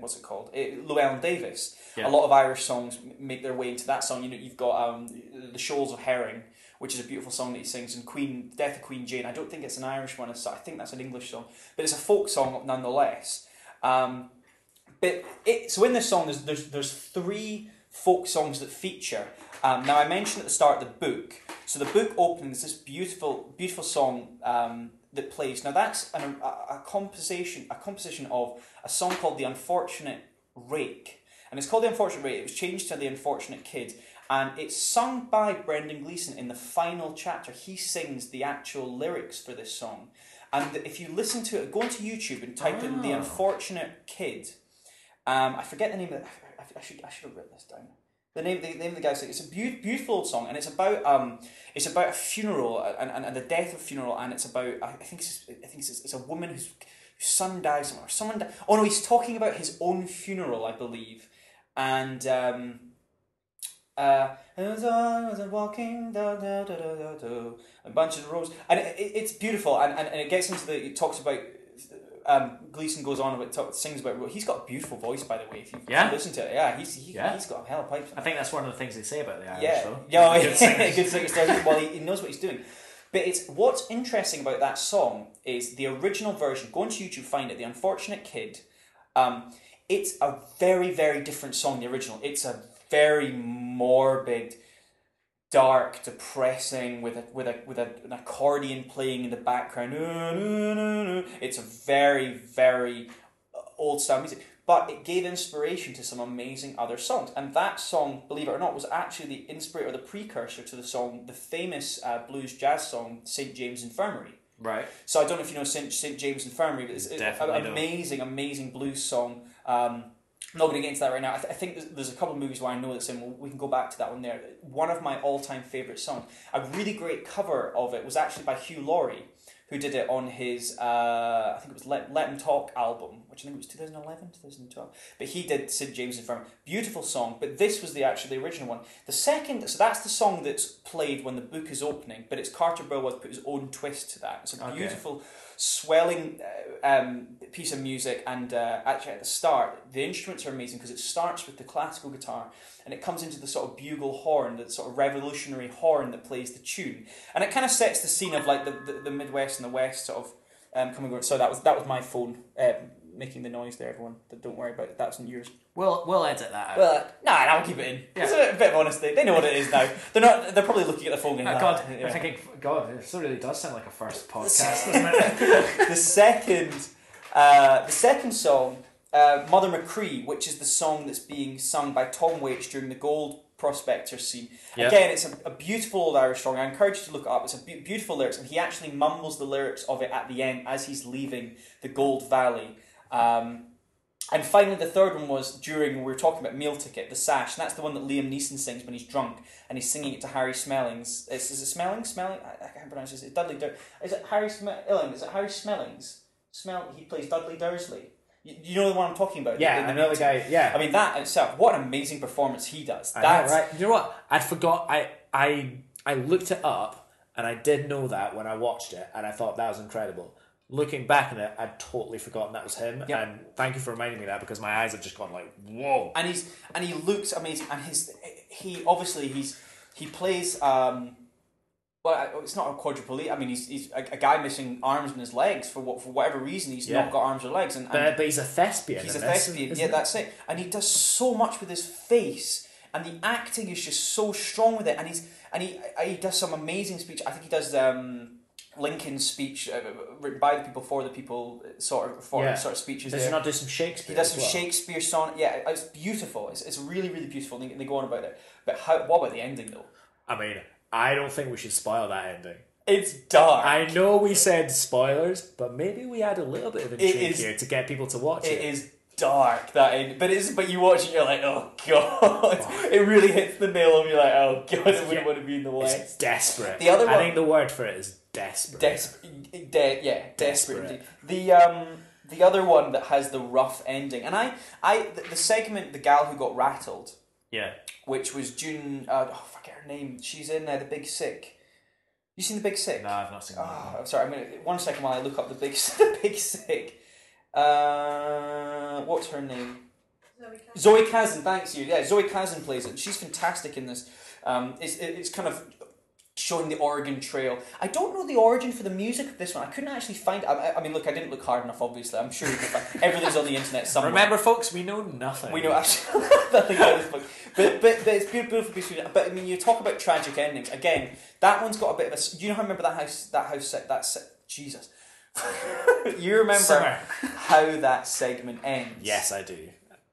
what's it called, Eh, Llewellyn Davis. A
Yeah.
lot of Irish songs m- make their way into that song. You know, you've got um, the Shoals of Herring, which is a beautiful song that he sings, and Queen Death of Queen Jane. I don't think it's an Irish one, as su- I think that's an English song, but it's a folk song nonetheless. Um, but it, so in this song, there's, there's there's three folk songs that feature. Um, now I mentioned at the start the book. So the book opening is this beautiful beautiful song um, that plays. Now that's an, a, a composition a composition of a song called the Unfortunate Rake, and it's called the Unfortunate Rake. It was changed to the Unfortunate Kid, and it's sung by Brendan Gleeson in the final chapter. He sings the actual lyrics for this song. And if you listen to it, go onto YouTube and type in The
Oh.
Unfortunate Kid, um, I forget the name of. I I should I should have written this down. The name the name of the guy's it's a beau- beautiful old song and it's about um it's about a funeral uh, and, and, and the death of funeral and it's about I I think it's I think it's, it's a woman whose whose son dies somewhere or someone di- oh no he's talking about his own funeral I believe and um uh as I was walking down da, da, da, da, da, a bunch of roses and it, it- it's beautiful and, and, and it gets into the it talks about um, Gleason goes on about talk, sings about he's got a beautiful voice by the way if you if you
Yeah.
listen to it yeah he's he,
Yeah.
he's got a hell of a pipe
I think that's one of the things they say about the Irish,
yeah
though.
yeah well,
Good
yeah,
singers.
good singer still well he, he knows what he's doing but it's what's interesting about that song is the original version go onto YouTube find it the unfortunate kid um, it's a very very different song than the original it's a very morbid dark, depressing, with a with a with a, an accordion playing in the background. It's a very very old style music, but it gave inspiration to some amazing other songs. And that song, believe it or not, was actually the inspirator, or the precursor to the song, the famous uh, blues jazz song, St James Infirmary.
Right.
So I don't know if you know St. St. James Infirmary, but it's, it's
Definitely
an
don't.
amazing, amazing blues song. Um, I'm not going to get into that right now. I, th- I think there's, there's a couple of movies where I know that's in. We'll- We can go back to that one there. One of my all-time favorite songs. A really great cover of it was actually by Hugh Laurie, who did it on his uh, I think it was Let Let 'Em Talk album, which I think was 2011, 2012. But he did Sid James Infirmary. Beautiful song, but this was the actually the original one. The second, so that's the song that's played when the book is opening, but it's Carter Burwell put his own twist to that. It's a
Okay.
beautiful, swelling uh, um, piece of music, and uh, actually at the start, the instruments are amazing because it starts with the classical guitar and it comes into the sort of bugle horn, that sort of revolutionary horn that plays the tune, and it kind of sets the scene of like the, the, the Midwest and the West sort of um, coming over. So that was that was my phone. Uh, Making the noise there, everyone. But don't worry about it. That's not yours.
We'll, we'll edit that out.
Well, no, nah, I'll keep it in.
Yeah.
It's a bit of honesty. They know what it is now. They're not. They're probably looking at the phone. going,
Oh,
"Ah,
God,
yeah."
I'm thinking, God, this really does sound like a first podcast, doesn't it?
the second, uh, the second song, uh, "Mother McCree," which is the song that's being sung by Tom Waits during the gold prospector scene.
Yeah.
Again, it's a, a beautiful old Irish song. I encourage you to look it up. It's a be- beautiful lyrics, and he actually mumbles the lyrics of it at the end as he's leaving the Gold Valley. Um, and finally, the third one was during we were talking about meal ticket, the sash, and that's the one that Liam Neeson sings when he's drunk, and he's singing it to Harry Smellings. Is, is it Smellings? Smelling? I, I can't pronounce this. It's Dudley. Dur- is it Harry Smellings? Is it Harry Smellings? Smell. He plays Dudley Dursley. You, you know the one I'm talking about.
yeah,
the- the
another
meal
guy. Yeah.
I mean that itself, what an amazing performance he does.
I know,
That's
right. You know what? I'd forgot. I I I looked it up, and I did know that when I watched it, and I thought that was incredible. Looking back on it, I'd totally forgotten that was him.
Yeah.
And thank you for reminding me of that because my eyes have just gone like, whoa.
and he's and he looks amazing and his he obviously he's he plays um well I- it's not a quadriplegic I mean he's, he's a, a guy missing arms and his legs for what for whatever reason he's
Yeah.
not got arms or legs and, and
But, but he's a thespian.
he's a
in this,
thespian
isn't
yeah
he?
that's it and he does so much with his face and the acting is just so strong with it and he's and he uh, he does some amazing speech I think he does um Lincoln's speech uh, written by the people for the people sort of for
Yeah.
sort of speeches
Does
there.
he not do some Shakespeare?
He does some
as well?
Shakespeare sonnet. Yeah, it's beautiful. It's, it's really, really beautiful. And they, they go on about it. But how, what about the ending, though?
I mean, I don't think we should spoil that ending.
It's dark.
I know we said spoilers, but maybe we add a little bit of intrigue
is-
here to get people to watch
it
it.
is dark, that end. But, it's, but you watch it, you're like, oh, God. It really hits the nail and you're like, oh, God, I wouldn't
Yeah.
want to be in the way.
It's desperate.
The other
I
one-
think the word for it is desperate.
Desperate. De- yeah, desperate.
Desperate.
indeed. The, um, the other one that has the rough ending. And I, I the, the segment, The Gal Who Got Rattled,
yeah.
which was June, uh, oh, forget her name. She's in there, The Big Sick. You seen The Big Sick?
No, I've not seen that.
Ah, I'm sorry. I'm gonna one second while I look up the big the big sick. Uh, what's her name?
Zoe Kazan.
Zoe Kazan. Thanks you. Yeah, Zoe Kazan plays it. She's fantastic in this. Um, it's it- it's kind of showing the Oregon Trail. I don't know the origin for the music of this one. I couldn't actually find. I, I- I mean, look, I didn't look hard enough. Obviously, I'm sure you can find everything's on the internet Ah, somewhere.
Remember, folks, we know nothing.
We know actually nothing about this book, but but, but it's beautiful, beautiful piece of music. But I mean, you talk about tragic endings again. That one's got a bit of a. s- You know how I remember that house that house set that se- Jesus. you remember
Summer.
how that segment ends?
Yes, I do.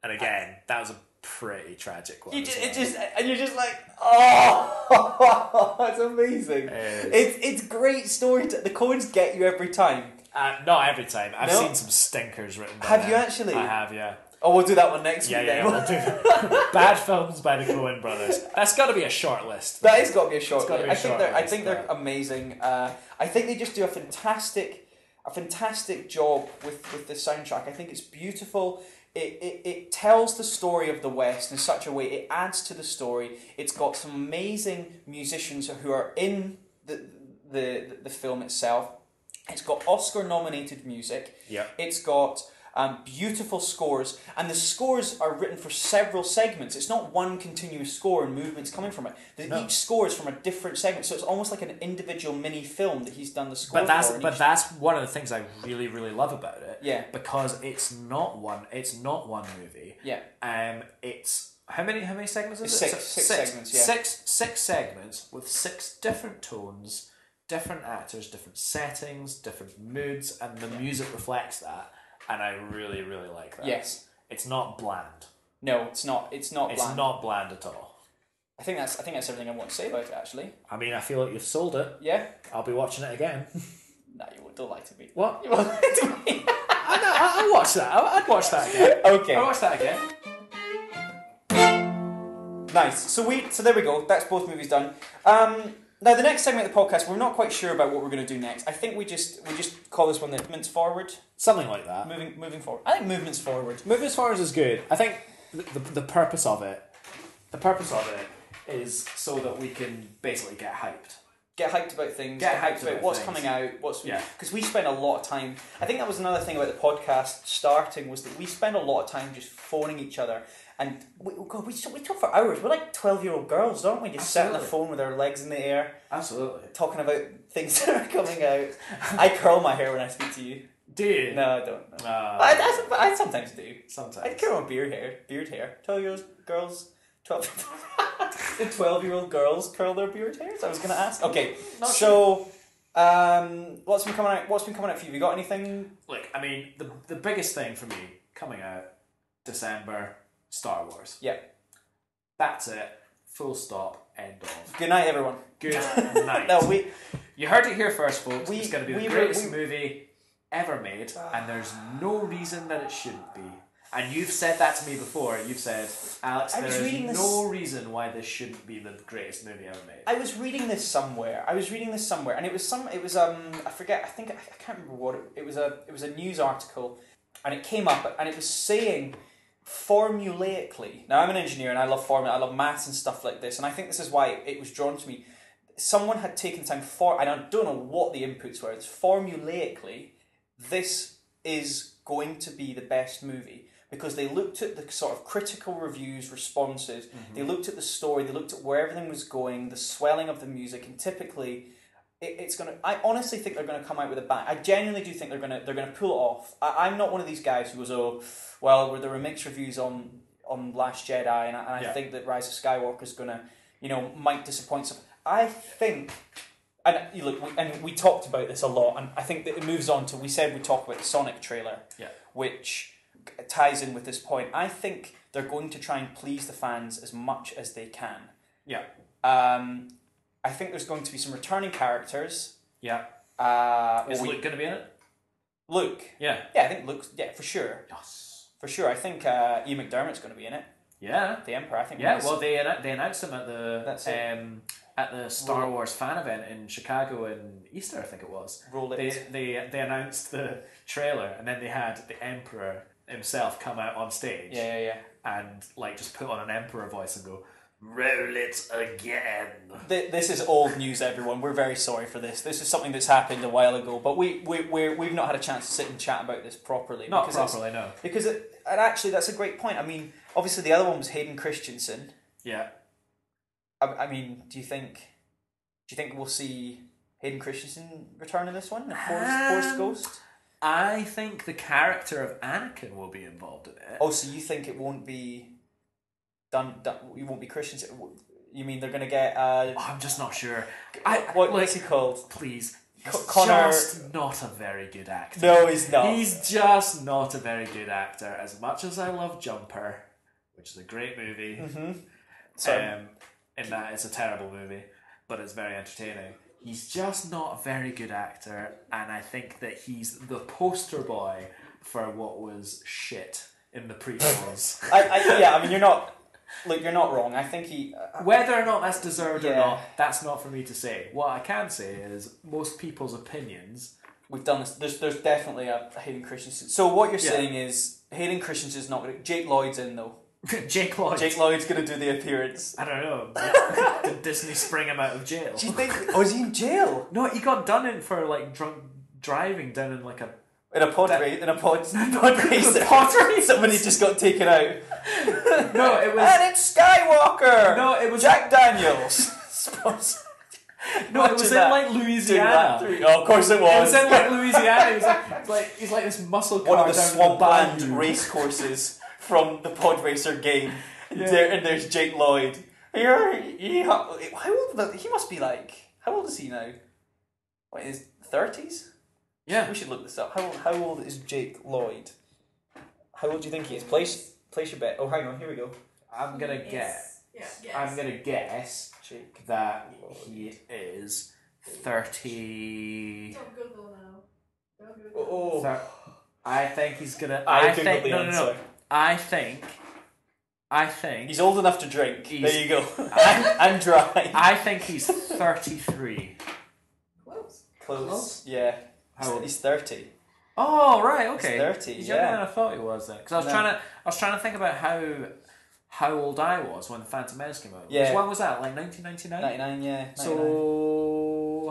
And again, that was a pretty tragic one.
Ah. You
as
just,
well.
it just and you're just like oh, that's amazing.
It is.
It's it's great story. the coins get you every time.
Uh, not every time. I've
No?
seen some stinkers written. By
Have
them.
you actually?
I have, yeah.
Oh, we'll do that one next
Yeah,
week
yeah,
then.
we'll do that. Bad films by the Coen brothers. That's got to be a short list.
That has got to be a short.
It's gotta
list.
be a
I think
short
they're. I
list,
think they're
yeah.
amazing. Uh, I think they just do a fantastic, a fantastic job with with the soundtrack. I think it's beautiful. It, it, it tells the story of the West in such a way. It adds to the story. It's got some amazing musicians who are in the the, the film itself. It's got Oscar nominated music.
Yeah.
It's got um, beautiful scores, and the scores are written for several segments. It's not one continuous score and movements coming from it. The,
No.
Each score is from a different segment, so it's almost like an individual mini film that he's done the score
But that's
for. and
but
each-
that's one of the things I really really love about it.
Yeah.
Because it's not one it's not one movie.
Yeah.
Um, it's how many how many segments is
Six-
it?
six segments, yeah.
Six six segments with six different tones, different actors, different settings, different moods, and the music reflects that. And I really really like that.
Yes.
It's not bland.
no, it's not. It's not.
It's
bland.
not bland at all.
I think that's. I think that's everything I want to say about it. Actually,
I mean, I feel like you've sold it.
yeah.
I'll be watching it again.
No, you won't- don't lie to me.
What?
You won't lie to me.
I know. I, I watch that. I, I'd watch that again.
okay.
I'd watch that again.
Nice. So we so there we go. That's both movies done. Um, now the next segment of the podcast, we're not quite sure about what we're going to do next. I think we just we just call this one the movements forward.
Something like that.
Moving moving forward. I think movements forward.
Moving as far as is good. I think the, the, the purpose of it, the purpose of it is so that we can basically get hyped.
Get hyped about things.
Get hyped
about,
about
what's
things.
coming out. What's
Yeah.
because we spend a lot of time. I think that was another thing about the podcast starting was that we spend a lot of time just phoning each other. And we, oh God, we, we talk for hours. We're like twelve year old girls, aren't we? Just sat on the
Absolutely.
phone with our legs in the air,
Absolutely.
talking about things that are coming out. I curl my hair when I speak to you.
Do you?
No, I don't. No.
Uh,
I, I, but I sometimes do.
sometimes.
I care on beard hair. Beard hair. Twelve year old girls. Twelve. the twelve year old girls curl their beard hairs. I was gonna ask. Okay.
Not
so, um, what's been coming out? What's been coming out for you? Have you got anything?
Like, I mean, the, the biggest thing for me coming out December, Star Wars.
Yeah.
That's it. Full stop. End of.
Good night, everyone.
Good night.
No, we.
You heard it here first, folks.
We-
it's going to be
we
the
were-
greatest
we- Ah.
movie ever made, and there's no reason that it shouldn't be. And you've said that to me before. You've said, Alex,
I was
there
reading
is
this-
no reason why this shouldn't be the greatest movie ever made.
I was reading this somewhere. I was reading this somewhere, and it was some. It was um. I forget. I think I, I can't remember what it, it was. A it was a news article, and it came up, and it was saying formulaically. Now I'm an engineer, and I love formula. I love maths and stuff like this, and I think this is why it was drawn to me. Someone had taken time for, and I don't know what the inputs were. It's formulaically, this is going to be the best movie because they looked at the sort of critical reviews, responses, they looked at the story, they looked at where everything was going, the swelling of the music, and typically it, it's gonna. I honestly think they're gonna come out with a bang. I genuinely do think they're gonna they're gonna pull it off. I, I'm not one of these guys who goes, oh, well, where there were mixed reviews on on Last Jedi, and I, and I
Yeah.
think that Rise of Skywalker is gonna, you know, might disappoint some. I think and you look, we, and we talked about this a lot, and I think that it moves on to we said we talk about the Sonic trailer,
Yeah.
which ties in with this point. I think they're going to try and please the fans as much as they can.
Yeah.
Um, I think there's going to be some returning characters.
Yeah.
Uh,
Is
well, we-
Luke going to be in it?
Luke.
Yeah.
Yeah, I think Luke. Yeah, for sure,
Yes.
for sure. I think uh, Ian McDermott's going to be in it.
Yeah.
The Emperor. I think.
Yeah,
that's-
well, they, anno- they announced him at the
That's it.
um, at the Star Wars fan event in Chicago in Easter, I think it was.
Roll it.
They, they they announced the trailer, and then they had the Emperor himself come out on stage.
yeah, yeah, yeah.
and like just put on an emperor voice and go roll it again
Th- This is old news, everyone. We're very sorry for this. This is something that's happened a while ago, but we, we, we're, we've not had a chance to sit and chat about this properly.
not
because it's-
properly no
Because, it, and actually, that's a great point. I mean, obviously, the other one was Hayden Christensen.
yeah
I, I mean, do you think, do you think we'll see Hayden Christensen return in this one? A Force, Force
Um,
Ghost?
i think the character of anakin will be involved in it
Oh, so you think it won't be done, done you won't be Christensen? You mean they're going to get, uh,
i'm just not sure i
what,
Oh, like
what's he called?
please
Co-
he's
Connor-
just not a very good actor
No, he's not.
he's just not a very good actor as much as i love jumper which is a great movie
So-
um, in that it's a terrible movie, but it's very entertaining. He's just not a very good actor, and I think that he's the poster boy for what was shit in the pre-rolls.
I, I, yeah, I mean, you're not. Look, you're not wrong. I think he. Uh,
Whether or not that's deserved or
Yeah.
not, that's not for me to say. What I can say is most people's opinions.
we've done this. There's, there's definitely a Hayden Christensen. So what you're
Yeah.
saying is Hayden Christensen's not going to. Jake Lloyd's in though.
Jake Lloyd.
Jake Lloyd's going to do the appearance.
I don't know. Did Disney spring him out of jail?
Do you think? Oh, is he in jail?
No, he got done in for like drunk driving down in like a.
In a pod
That-
race? In a pod? Pod race?
Pod race.
Somebody just got taken out.
No, it was.
And it's Skywalker.
No, it was-
Jack Daniels. Sponsor-
No, it was in
that.
like
doing that
Louisiana. It
through- Oh, of course it was.
was in like Louisiana. It was like, it's like he's like this muscle car
One of the
down in
swampland
bayou.
race courses from the pod racer game.
Yeah.
There, and there's Jake Lloyd. Here, he, how old? the- He must be like. How old is he now? What is thirties?
Yeah,
We should look this up. How old, how old is Jake Lloyd? How old do you think he is? Place place your bet. Oh, hang on. Here we go.
I'm gonna
Yes.
guess.
Yeah, yes.
I'm gonna guess
Jake.
that he is thirty.
Don't Google now. Don't Google.
Oh,
thir- I think he's gonna.
I
I,
googled
think
the
no, no, no.
answer.
I think. I think.
he's old enough to drink.
He's-
there you go. and, and dry.
I think he's thirty-three.
Close.
Close.
Close?
Yeah.
How old?
He's thirty.
Oh right, okay.
30,
He's younger
yeah.
than I thought he was then. Because I was
No.
trying to, I was trying to think about how how old I was when the Phantom Menace came out. 'Cause
Yeah.
When was that? Like 1999.
Ninety-nine. Yeah. 99.
So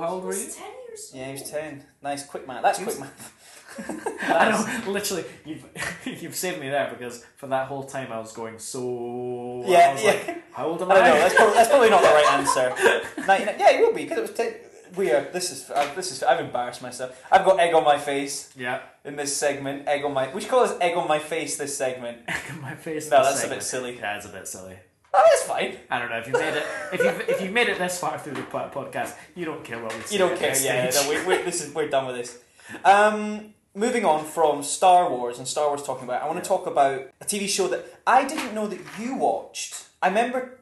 how old were
He's
you?
ten years old.
Yeah, he was ten. Nice quick math. That's
He
quick
was-
math.
I know, literally, you've you've saved me there because for that whole time I was going so.
Yeah,
I was
yeah.
Like, how old am
I
I?
don't know. That's probably, that's probably not the right answer. Ninety-nine. Yeah, it will be because it was ten. We are. This is. Uh, this is. I've embarrassed myself. I've got egg on my face
yeah.
in this segment. Egg on my. We should call this egg on my face. This segment.
My face.
No,
is
that's a
segment.
bit silly.
Yeah, it's a bit silly.
Oh, that's fine.
I don't know if you made it. If you if you made it this far through the po- podcast, you don't care what we say.
You don't
at
care.
this
Yeah.
stage.
No, we, we, this is. We're done with this. Um, moving on from Star Wars and Star Wars talking about, I want to talk about a TV show that I didn't know that you watched. I remember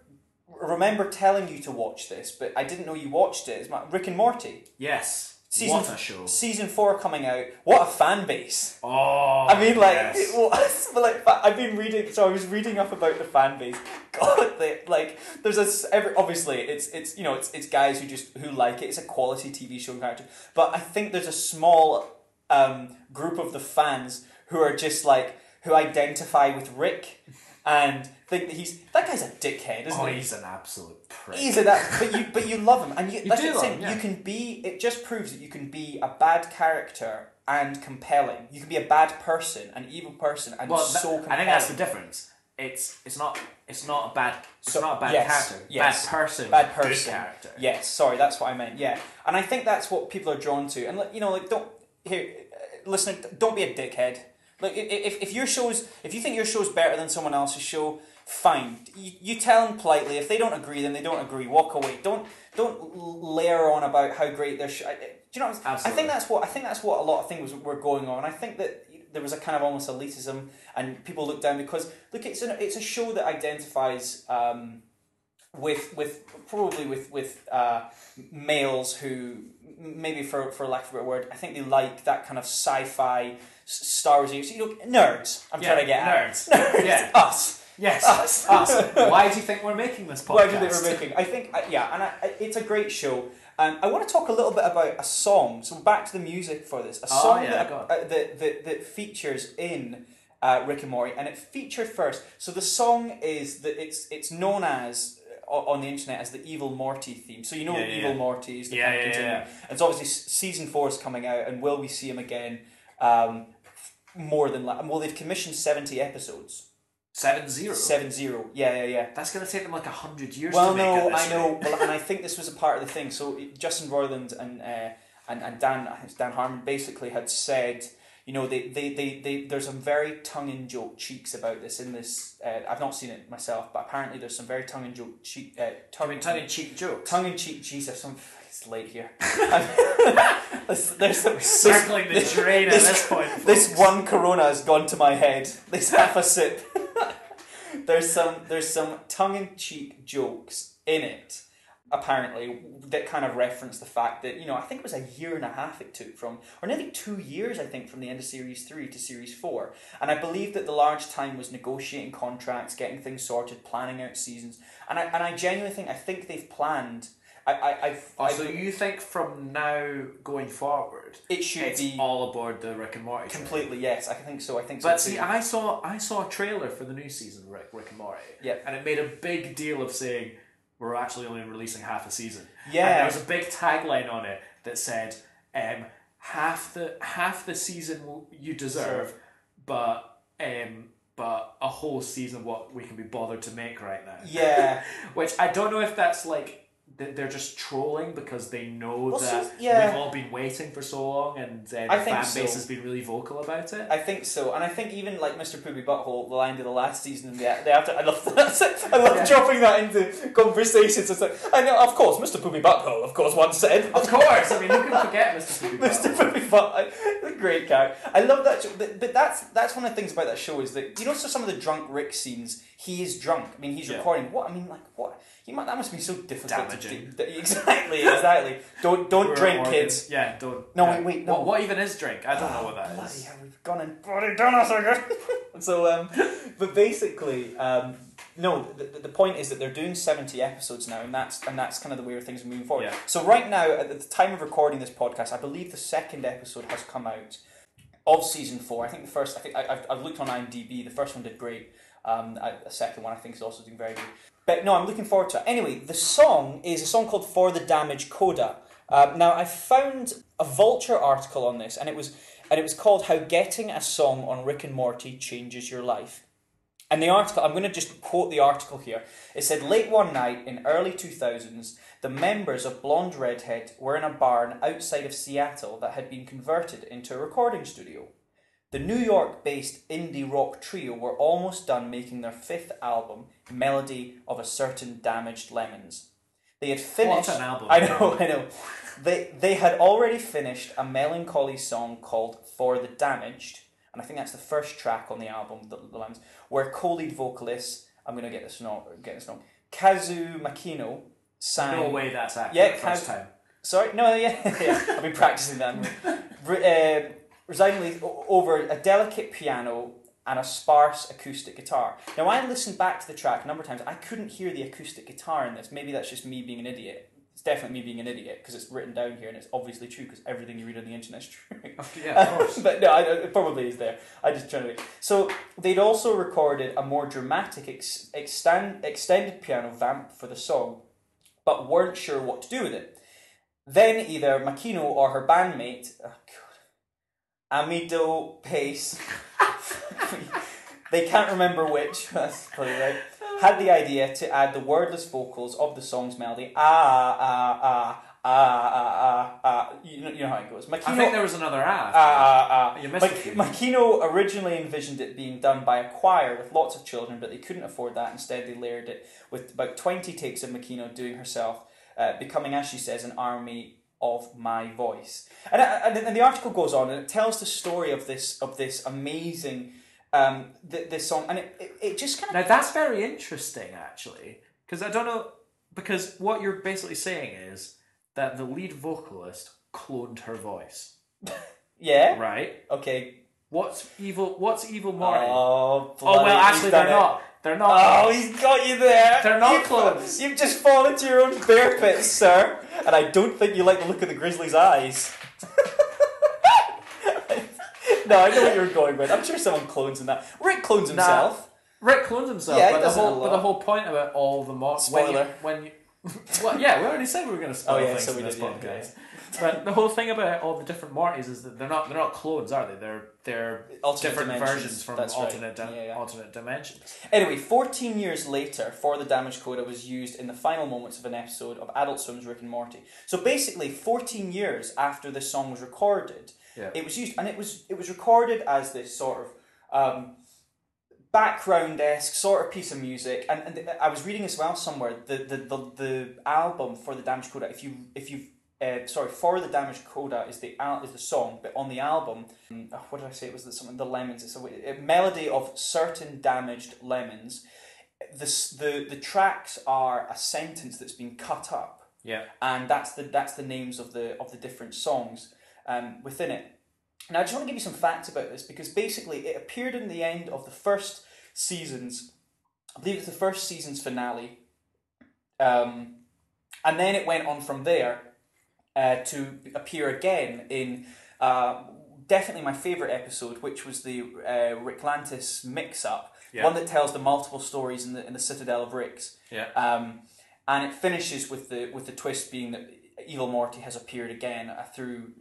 remember telling you to watch this, but I didn't know you watched it. It's my, Rick and Morty.
Yes.
Season-
what a show.
Season four coming out. What a fan base!
Oh.
I mean, like,
yes.
it was, but, like, I've been reading. So I was reading up about the fan base. God, they, like, there's a s- every, obviously it's it's you know it's it's guys who just who like it. It's a quality TV show and character, but I think there's a small um, group of the fans who are just like who identify with Rick and think that he's that guy's a dickhead, isn't
Oh,
he?
he's an absolute prick.
Easy that, but you but you love him, and you, that's
do
the
love
thing.
him, yeah.
You can be. It just proves that you can be a bad character and compelling. You can be a bad person, an evil person, and
well, that-
so compelling.
I think that's the difference. It's it's not it's not a bad it's
So-
not a bad
yes,
character.
yes.
Bad person.
bad
good
person.
character.
Yes, sorry, that's what I meant. Yeah, and I think that's what people are drawn to. And like, you know, like don't here, uh, listener, d- don't be a dickhead. Like i- i- if, if your show's if you think your show's better than someone else's show, fine. You, you tell them politely. If they don't agree, then they don't agree. Walk away. Don't don't l- layer on about how great their show. I- I- Do you know? What I'm, I
Absolutely.
think that's what I think that's what a lot of things were going on. I think that there was a kind of almost elitism, and people looked down because look, it's an, it's a show that identifies. Um, with with probably with with uh, males who m- maybe for for lack of a better word, I think they like that kind of sci-fi s- Star Wars. You know, nerds. I'm
Yeah,
trying to get
nerds.
at nerds.
Yeah.
Us.
Yes.
Us.
Us. Why do you think we're making this podcast?
Why do they were making? I think I- yeah, and I, I- it's a great show. Um, I want to talk a little bit about a song. So back to the music for this. A
Oh,
song
yeah,
that,
go on.
uh, that, that that features in uh, Rick and Morty, and it featured first. So the song is that it's it's known as uh, o- on the internet as the Evil Morty theme. So you know
Yeah, yeah,
Evil
yeah.
Morty is the
Yeah,
kind of
yeah, yeah,
continuing.
yeah.
And so obviously s- season four is coming out, and will we see him again? Um, more than li- well, they've commissioned seventy episodes.
seven zero?
Seven zero. Yeah, yeah, yeah.
That's gonna take them like a hundred years.
Well,
to make
no,
at this
I know,
rate.
well, and I think this was a part of the thing. So Justin Roiland and uh, and and Dan I think it's Dan Harmon basically had said, you know, they they, they, they there's some very tongue in joke cheeks about this in this. Uh, I've not seen it myself, but apparently there's some very tongue in joke cheek. Uh,
I
tongue,
mean, tongue in cheek jokes.
tongue in cheek. Jesus, I'm, it's late here. there's, there's some
Circling the
this-
drain at
this-
this point.
this
folks.
one Corona has gone to my head. This half a sip. there's some there's some tongue in cheek jokes in it apparently that kind of referenced the fact that you know I think it was a year and a half it took from or nearly two years I think from the end of series three to series four, and I believe that the large time was negotiating contracts, getting things sorted, planning out seasons, and I and I genuinely think I think they've planned. I I I, I
so you think from now going forward,
it should
it's
be
all aboard the Rick and Morty. train?
completely yes I think so I think so
But
too.
see, I saw I saw a trailer for the new season of Rick, Rick and Morty.
Yep.
And it made a big deal of saying we're actually only releasing half a season. And
Yeah.
there was a big tagline on it that said, um, "Half the half the season will- you deserve, but um, but a whole season what we can be bothered to make right now."
yeah
Which I don't know if that's like th- they're just trolling because they know
Well,
that
so- yeah.
they've all been waiting for so long and uh, the
I think
fan
so.
base has been really vocal about it.
I think so, and I think even like Mr. Poopy Butthole, the line of the last season and the, the after. I love that. I love
Yeah.
dropping that into conversations. It's like, I know, of course, Mr. Poopy Butthole, of course, one said.
Of course, I mean, who can forget Mr. Poopy?
Mr. Poopy Butthole, the great guy. I love that, show, but, but that's that's one of the things about that show is that you know, so some of the drunk Rick scenes, he is drunk. I mean, he's
Yeah.
recording. What I mean, like what? He might, that must be so difficult.
Damaging.
To do. Exactly, exactly. Don't don't drink, kids.
Yeah, don't.
No,
yeah.
wait, wait, no. Ah,
What, what even is drink? I don't know what that
Bloody
is.
hell, we've gone and bloody done us again. so, um, but basically, um, no, the, the point is that they're doing 70 episodes now, and that's and that's kind of the way of things moving forward.
Yeah.
So, right now, at the time of recording this podcast, I believe the second episode has come out of season four. I think the first, I think I, I've, I've looked on IMDb, the first one did great. Um, I, the second one I think is also doing very good. But no, I'm looking forward to it. Anyway, the song is a song called For the Damage Coda. Uh, now, I found a Vulture article on this, and it was and it was called How Getting a Song on Rick and Morty Changes Your Life. And the article, I'm going to just quote the article here. It said, Late one night in early 2000s, the members of Blonde Redhead were in a barn outside of Seattle that had been converted into a recording studio. The New York based indie rock trio were almost done making their fifth album, Melody of a Certain Damaged Lemons. They had finished.
an album.
I know, I know. They, they had already finished a melancholy song called For the Damaged, and I think that's the first track on the album, The, the Lemons, where co lead vocalist, I'm going to get this wrong, get this wrong, Kazu Makino sang.
No way that's accurate.
Yeah,
first
can-
time.
Sorry, no, yeah, yeah. I've been practicing that. Re- um, resignedly o- over a delicate piano and a sparse acoustic guitar. Now, I listened back to the track a number of times. I couldn't hear the acoustic guitar in this. Maybe that's just me being an idiot. It's definitely me being an idiot because it's written down here and it's obviously true because everything you read on the internet is true.
Yeah, of course.
but no, I, it probably is there. I just trying to. So they'd also recorded a more dramatic ex- extend, extended piano vamp for the song, but weren't sure what to do with it. Then either Makino or her bandmate, oh God, Amido Pace, they can't remember which. That's probably right. Had the idea to add the wordless vocals of the song's melody. Ah ah ah ah ah ah. ah. You know, you know how it goes. Makino,
I think there was another ad.
Ah, ah, ah.
You missed a
Mak-
few.
Makino originally envisioned it being done by a choir with lots of children, but they couldn't afford that. Instead, they layered it with about 20 takes of Makino doing herself, uh, becoming, as she says, an army of my voice. And, uh, and, and the article goes on and it tells the story of this of this amazing um, th- this song, and it, it, it just kind of
Now that's very interesting, actually, because I don't know because what you're basically saying is that the lead vocalist cloned her voice,
yeah
right?
okay.
What's evil? What's evil Morty?
Oh,
oh well,
bloody- he's
actually they're
done it.
not. They're not.
Oh, he's got you there.
They're not
You've-
clones.
You've just fallen to your own bear pit, sir. And I don't think you like the look of the grizzly's eyes. no, I know what you're going with. I'm sure someone clones in that. Rick clones
Nah.
himself.
Rick clones himself,
Yeah, he
but, the
does it a
whole, but
lot.
the whole point about all the Morty.
Spoiler.
When you, when you, well, yeah, we already said we were going to spoil
Oh, yeah,
things
so we
in this
did, yeah,
podcast. But the whole thing about all the different Mortys is that they're not they're not clones, are they? They're they're
Alternate
different
dimensions,
versions from
that's right.
alternate di-
Yeah, yeah.
alternate dimensions.
Anyway, 14 years later, For the Damage Coda was used in the final moments of an episode of Adult Swim's Rick and Morty. So basically, 14 years after this song was recorded,
Yeah.
it was used, and it was it was recorded as this sort of um, background esque sort of piece of music. And, and I was reading as well somewhere the the, the, the album for the Damage Coda. If you if you uh, sorry, for the Damage Coda is the al- is the song, but on the album, um, oh, what did I say? It was the, something the lemons. It's a, w- a melody of certain damaged lemons. The, s- the the tracks are a sentence that's been cut up
Yeah.
and that's the that's the names of the of the different songs um, within it. Now, I just want to give you some facts about this because basically it appeared in the end of the first season's, I believe it's the first season's finale, um, and then it went on from there uh, to appear again in uh, definitely my favorite episode, which was the uh, Rick Lantis mix up,
Yeah.
one that tells the multiple stories in the in the Citadel of Ricks.
Yeah.
Um, and it finishes with the with the twist being that Evil Morty has appeared again uh, through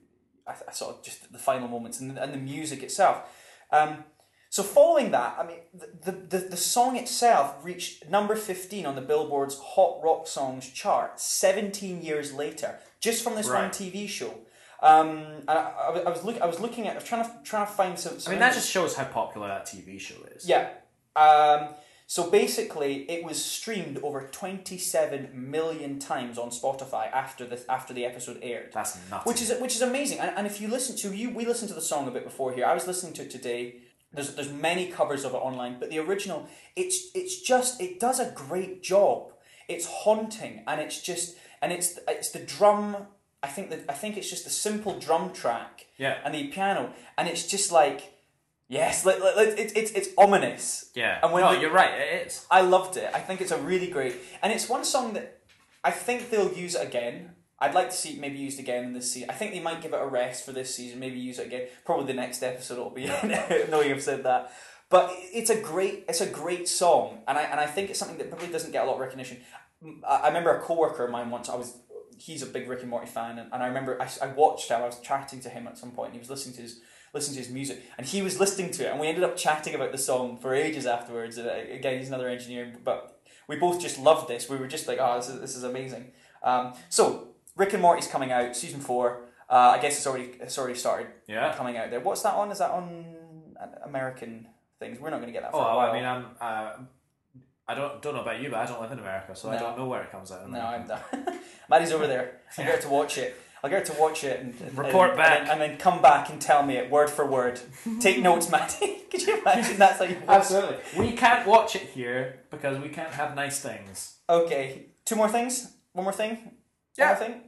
I, I sort of just the final moments and the, and the music itself. Um, so following that, I mean, the, the, the, the song itself reached number 15 on the Billboard's Hot Rock Songs chart 17 years later, just from this one
Right.
TV show. Um, and I, I, was- I was look, I was looking at, I was trying to trying to find some.
I
some
mean, that
images.
just shows how popular that TV show is.
Um, Yeah. Um, so basically, it was streamed over 27 million times on Spotify after the after the episode aired.
That's nuts.
Which is which is amazing. And, and if you listen to you, we listened to the song a bit before here. I was listening to it today. There's there's many covers of it online, but the original, it's it's just it does a great job. It's haunting, and it's just and it's it's the drum. I think that I think it's just the simple drum track.
Yeah.
And the piano, and it's just like. Yes, like, like, like, it's it's it's ominous.
yeah.
and when
no,
the-
you're right. It is.
I loved it. I think it's a really great, and it's one song that I think they'll use it again. I'd like to see it maybe used again in this season. I think they might give it a rest for this season. Maybe use it again. Probably the next episode it'll be. knowing I've said that, but it's a great it's a great song, and I and I think it's something that probably doesn't get a lot of recognition. I I remember a coworker of mine once. I was he's a big Rick and Morty fan, and, and I remember I, I watched him. I was chatting to him at some point, and he was listening to his listening to his music, and he was listening to it, and we ended up chatting about the song for ages afterwards. And uh, again, he's another engineer, but we both just loved this. We were just like, "Oh, this is, this is amazing." Um, so Rick and Morty's coming out season four. Uh, I guess it's already it's already started
Yeah.
coming out there. What's that on? Is that on uh, American things? We're not going to get that for
Oh,
a while.
I mean, I'm. Uh, I don't don't know about you, but I don't live in America, so I
No.
don't know where it comes out. in
No,
America.
I'm done. Maddie's over there. I'll get her to watch it. I'll get her to watch it and and-
Report
and,
back.
and then, and then come back and tell me it word for word. Take notes, Maddie. Could you imagine that's how you watch?
Absolutely. We can't watch it here because we can't have nice things.
Okay, two more things. One more thing.
Yeah.
One more thing.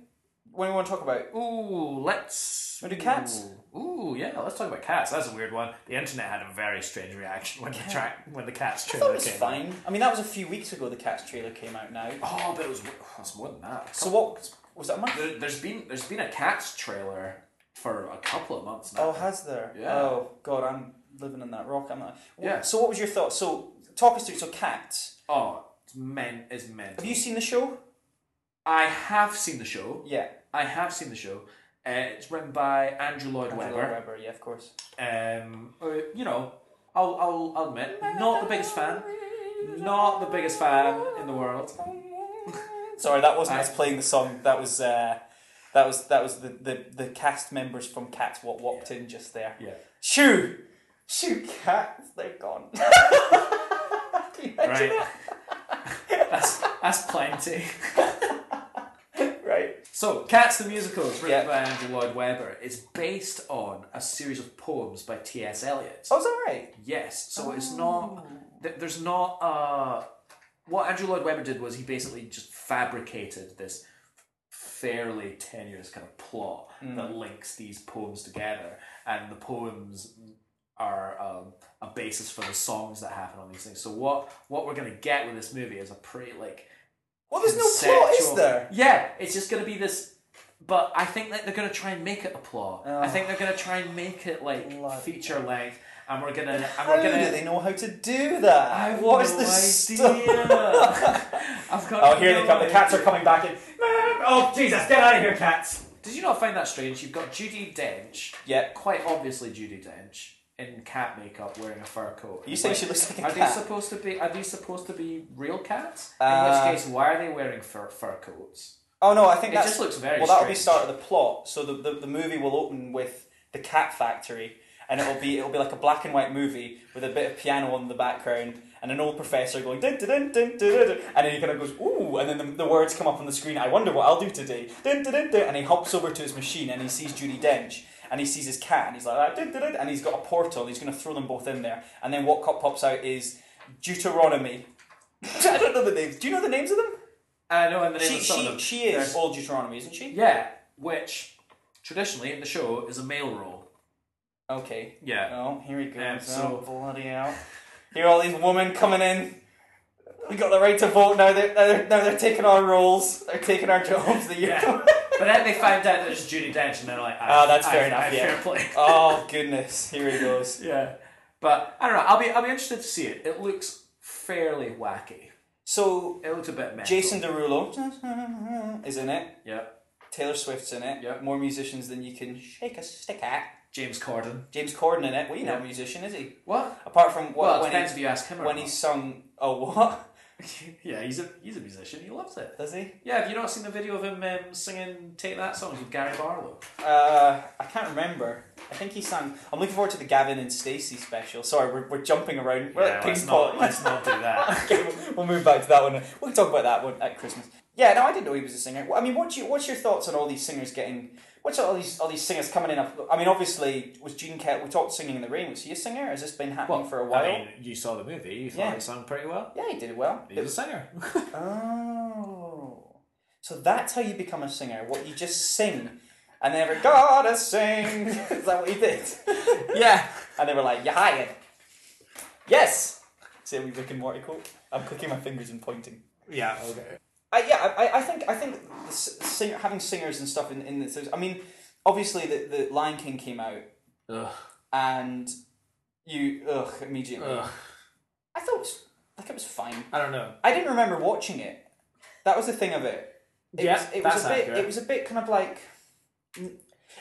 What do we want to talk about?
Ooh, let's.
Wanna do cats?
Ooh, Ooh, yeah, let's talk about cats. That's a weird one. The internet had a very strange reaction when the track when the cats
I thought
trailer
it was
came. out.
fine. I mean, that was a few weeks ago. The Cats trailer came out now.
Oh, but it was oh, it's more than that.
So what was that a month?
There, there's been there's been a cats trailer for a couple of months now.
Oh, has there?
Yeah.
Oh God, I'm living in that rock. I'm not.
Yeah.
So what was your thought? So talk us through. So Cats.
oh it's men is men.
Have you seen the show?
I have seen the show.
Yeah.
I have seen the show. Uh, it's written by Andrew Lloyd
Andrew
Webber.
Lloyd Webber. Yeah, of course.
Um, uh, you know, I'll, I'll, I'll admit, not the biggest fan. Not the biggest fan in the world.
Sorry, that wasn't
I-
us playing the song. That was uh, that was that was the, the, the cast members from Cats what walked in just there.
Yeah.
Shoo, shoo, cats, they're gone. Can you imagine
Right. that's, that's plenty.
that? right.
So, Cats the Musical is written
Yeah.
by Andrew Lloyd Webber. It's based on a series of poems by T.S. Eliot.
So it's all Oh, right.
Yes, so it's
Oh.
not. th- There's not. Uh, what Andrew Lloyd Webber did was he basically just fabricated this fairly tenuous kind of plot that links these poems together, and the poems are um, a basis for the songs that happen on these things. So what what we're gonna get with this movie is a pretty like
Well, there's no plot,
conceptual-
is there?
Yeah, it's just gonna be this. But I think that they're gonna try and make it a plot. I think they're gonna try and make it like
Bloody
feature length, and we're gonna and
How
we're
do
gonna.
they know how to do that?
I have
what
no
is the
idea. I've got.
oh, here they
no
come. The cats are
idea.
coming back in.
Oh Jesus! Get out of here, cats! Did you not find that strange? You've got Judy Dench,
Yep.
quite obviously Judy Dench, in cat makeup, wearing a fur coat.
You say she looks like a
Are
cat.
these supposed to be? Are these supposed to be real cats? In
Uh,
which case, why are they wearing fur fur coats?
Oh no, I think
It
that's,
just looks very
Well, that'll be
strange.
start of the plot. So the, the, the movie will open with the cat factory, and it'll be it'll be like a black and white movie with a bit of piano on the background and an old professor going dun dun dun dun dun, dun, dun," and then he kind of goes ooh, and then the, the words come up on the screen. I wonder what I'll do today. Dun, dun, dun, dun, and he hops over to his machine and he sees Judy Dench. And he sees his cat, and he's like, "Ah, dun, dun, dun," and he's got a portal. He's going to throw them both in there, and then what cop pops out is Deuteronomy. I don't know the names. Do you know the names of them?
I know, and the name
She,
of some of
she,
them.
she is
There's-
all Deuteronomy, isn't she?
Yeah, which traditionally in the show is a male role.
Okay.
Yeah.
Oh, here he goes.
Um, so-
oh, bloody hell. Here are all these women coming in. We got the right to vote now. They're, now they're, now they're taking our roles. They're taking our jobs. The year.
Yeah. but then they find out that it's Judy Dench, and they're like,
Ah, that's
I-
fair
I-
enough,
I-
yeah.
Fair play.
oh goodness. Here he goes.
yeah. But I don't know. I'll be I'll be interested to see it. It looks fairly wacky.
So
It looks a bit mental.
Jason Derulo is in it.
Yeah.
Taylor Swift's in it.
Yeah.
More musicians than you can shake a stick at.
James Corden.
James Corden in it. Well, he's not a
Yeah.
musician, is he?
What?
Apart from what,
Well, it
when,
depends if
he,
you ask him or
when
not.
he sung. Oh, what?
yeah, he's a he's a musician. He loves it.
Does he?
Yeah, have you not seen the video of him um, singing "Take That" song with Gary Barlow?
Uh, I can't remember. I think he sang. I'm looking forward to the Gavin and Stacey special. Sorry, we're, we're jumping around. We're like
let's
ping
not
pong.
let's not do that.
Okay, we'll- we'll move back to that one. We can talk about that one at Christmas. Yeah, no, I didn't know he was a singer. Well, I mean, what's your what's your thoughts on all these singers getting? What's all these all these singers coming in? I mean, obviously, was Gene Kelly? We talked singing in the rain. Was he a singer? Has this been happening for a while?
I mean, you saw the movie. You thought
Yeah.
he sang pretty well.
yeah, he did it well.
He's a singer.
Oh. So that's how you become a singer. What you just sing. And they were, gotta sing. Is that what you did?
yeah.
And they were like, you're hired. Yes! See how we Rick and Morty quote? I'm clicking my fingers and pointing.
Yeah. Okay.
I, yeah, I, I think I think the s- singer, having singers and stuff in, in this. I mean, obviously, the, the Lion King came out
Ugh.
and you, ugh, immediately.
Ugh.
I thought, it was, like, it was fine.
I don't know.
I didn't remember watching it. That was the thing of it. It
yeah,
was, it
that's
was a bit.
accurate.
It was a bit kind of like.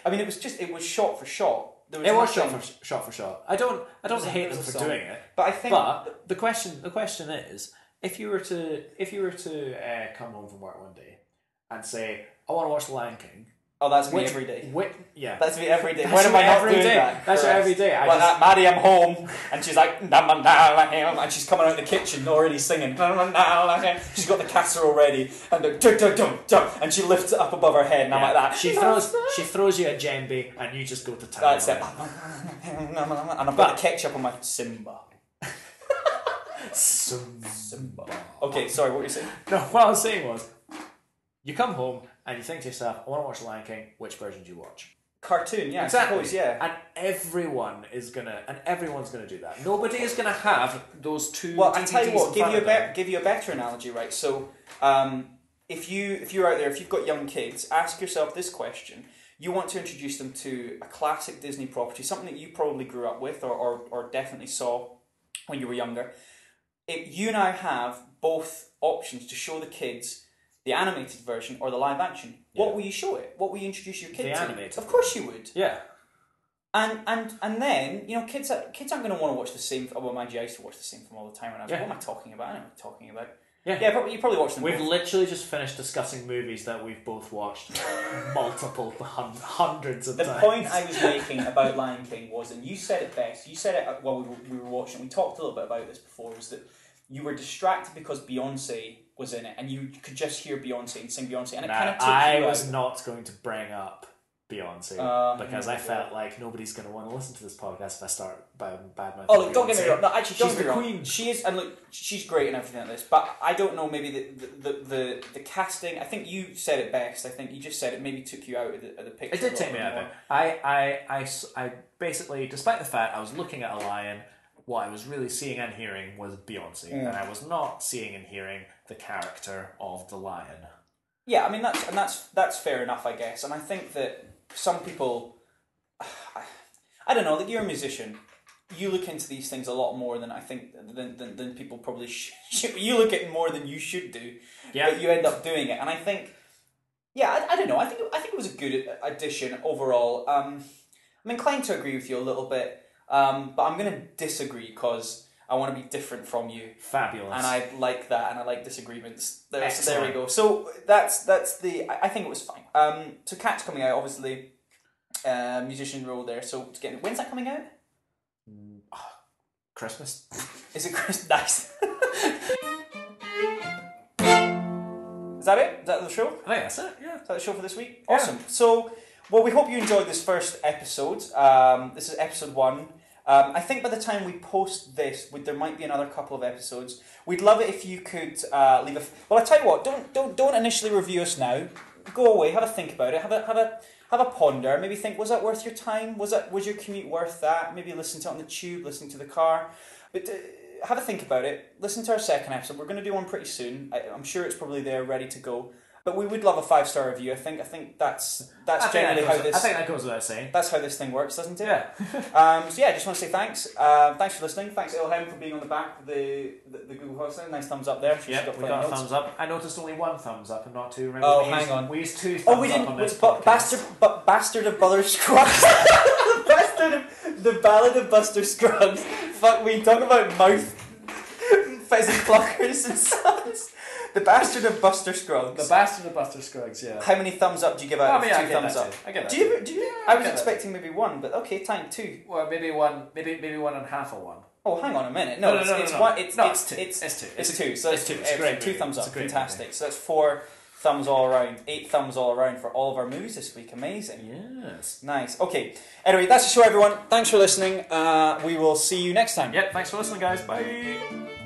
I mean, it was just. It was shot for shot. There was
It was
nothing-
shot for shot for shot. I don't I don't
was a-
hate
it was
them
a
for
song.
doing it.
But I think.
But the question the question is, if you were to if you were to uh, come home from work one day and say, I want to watch The Lion King,
oh, that's me
which-
every day.
Which, yeah.
That's me every day.
That's
when am
you
I not
every
doing
day.
that?
That's you
Correct.
every day. I
well, that
just-
Maddie, I'm home, and she's like, na na na na him," and she's coming out of the kitchen already singing, na na na na him." She's got the casserole ready, and the dum dum dum dum, and she lifts it up above her head, and I'm
Yeah.
like that.
She throws she throws you a djembe and you just go to town.
That's
on
it. And I've
But-
got the ketchup on my Simba. Simba. Okay, sorry, what were you saying?
No, what I was saying was, you come home and you think to yourself, I want to watch The Lion King. Which version do you watch?
Cartoon, yeah, I suppose, yeah.
And everyone is gonna, and everyone's gonna do that. Nobody is gonna have those two.
Well, I tell you
DVDs in
what, give
front
you a
of them.
better give you a better analogy, right? So, um, if you if you're out there, if you've got young kids, ask yourself this question: You want to introduce them to a classic Disney property, something that you probably grew up with or or, or definitely saw when you were younger. It, you now have both options to show the kids the animated version or the live action.
Yeah.
What will you show it? What will you introduce your kid
The
to?
animated
Of course, you would.
Yeah.
And and and then you know, kids are, kids aren't going to want to watch the same. Oh, well, mind you, I used to watch the same film all the time. And I was
Yeah.
like, what am I talking about? I don't know what I'm talking about.
Yeah.
yeah. Probably, you probably watched them.
We've
both.
literally just finished discussing movies that we've both watched multiple hun- hundreds of
the
times.
point I was making about Lion King was, and you said it best. You said it uh, while we were, we were watching. We talked a little bit about this before. Was that you were distracted because Beyonce was in it, and you could just hear Beyonce and sing Beyonce, and it
Now,
kind of took
I
you
was
out.
not going to bring up Beyonce
Uh,
because
no,
I
no.
felt like nobody's going to want to listen to this podcast if I start bad mouthing.
Oh, look, don't get me wrong. No, actually, don't get
She's
me
the
wrong.
queen.
She is, and look, she's great and everything like this. But I don't know, maybe the the, the, the, the casting. I think you said it best. I think you just said it maybe took you out of the, of the picture.
It did
a
take
little
me
bit
out of it.
more.
I, I, I s- I basically, despite the fact I was looking at a lion, what I was really seeing and hearing was Beyonce,
Mm.
and I was not seeing and hearing the character of the lion.
Yeah, I mean that's and that's that's fair enough, I guess. And I think that some people, I don't know, that you're a musician. You look into these things a lot more than I think than than, than people probably should. You look at it more than you should do.
Yeah.
But you end up doing it, and I think, yeah, I, I don't know. I think I think it was a good addition overall. Um, I'm inclined to agree with you a little bit, um, but I'm going to disagree because I want to be different from you
Fabulous.
and I like that, and I like disagreements. There, so there we
Excellent.
go. So that's that's the. I I think it was fine. Um, so Cat's coming out, obviously. Uh, musician role there. So it's getting when's that coming out?
Christmas.
Is it Chris? Nice. Is that it? Is that the show?
I think that's it. Oh, Yeah.
Is that the show for this week?
Yeah.
Awesome. So, well, we hope you enjoyed this first episode. Um, this is episode one. Um, I think by the time we post this, we, there might be another couple of episodes. We'd love it if you could uh, leave a. F- well, I tell you what, don't don't don't initially review us now. Go away, have a think about it, have a have a have a ponder. Maybe think, was that worth your time? Was that was your commute worth that? Maybe listen to it on the tube, listen to the car, but. Uh, have a think about it. Listen to our second episode. We're going to do one pretty soon. I, I'm sure it's probably there, ready to go. But we would love a five star review. I think. I think that's that's
I think that
generally how
goes-
this.
I think that goes without saying.
That's how this thing works, doesn't it?
Yeah.
Um, so yeah, just want to say thanks. Um thanks for listening. Thanks Ilham for being on the back of the the, the Google Host thing. Nice thumbs up there. She's
Yep, we
plenty
got a
of notes.
thumbs up. I noticed only one thumbs up and not two. Remember,
Oh,
we used,
hang on.
We used two thumbs
Oh, we
up
didn't.
on this
But
podcast.
bastard, but bastard of Butter Scruggs. bastard of the Ballad of Buster Scruggs. Fuck, we talk about mouth pheasant pluckers and sons. The bastard of Buster Scruggs.
The Bastard of Buster Scruggs, yeah.
How many thumbs up do you give out?
I
of
mean,
two
I get
thumbs
that
up.
too. I get that
Do you? Do you?
I
I was
get that.
expecting maybe one, but okay, time two.
Well, maybe one, maybe maybe one and a half or one.
Oh, hang on a minute. No,
no,
it's,
no, no,
it's
no.
one. It's,
No,
it's,
it's two.
It's,
It's two.
It's
It's-
two. So
it's
that's
two. It's a great
two
movie.
thumbs
It's
up.
a great
Fantastic. So that's four thumbs all around. Eight thumbs all around for all of our movies this week. Amazing.
Yes.
Nice. Okay. Anyway, that's the show, everyone. Thanks for listening. Uh, we will see you next time.
Yep. Thanks for listening, guys. Bye.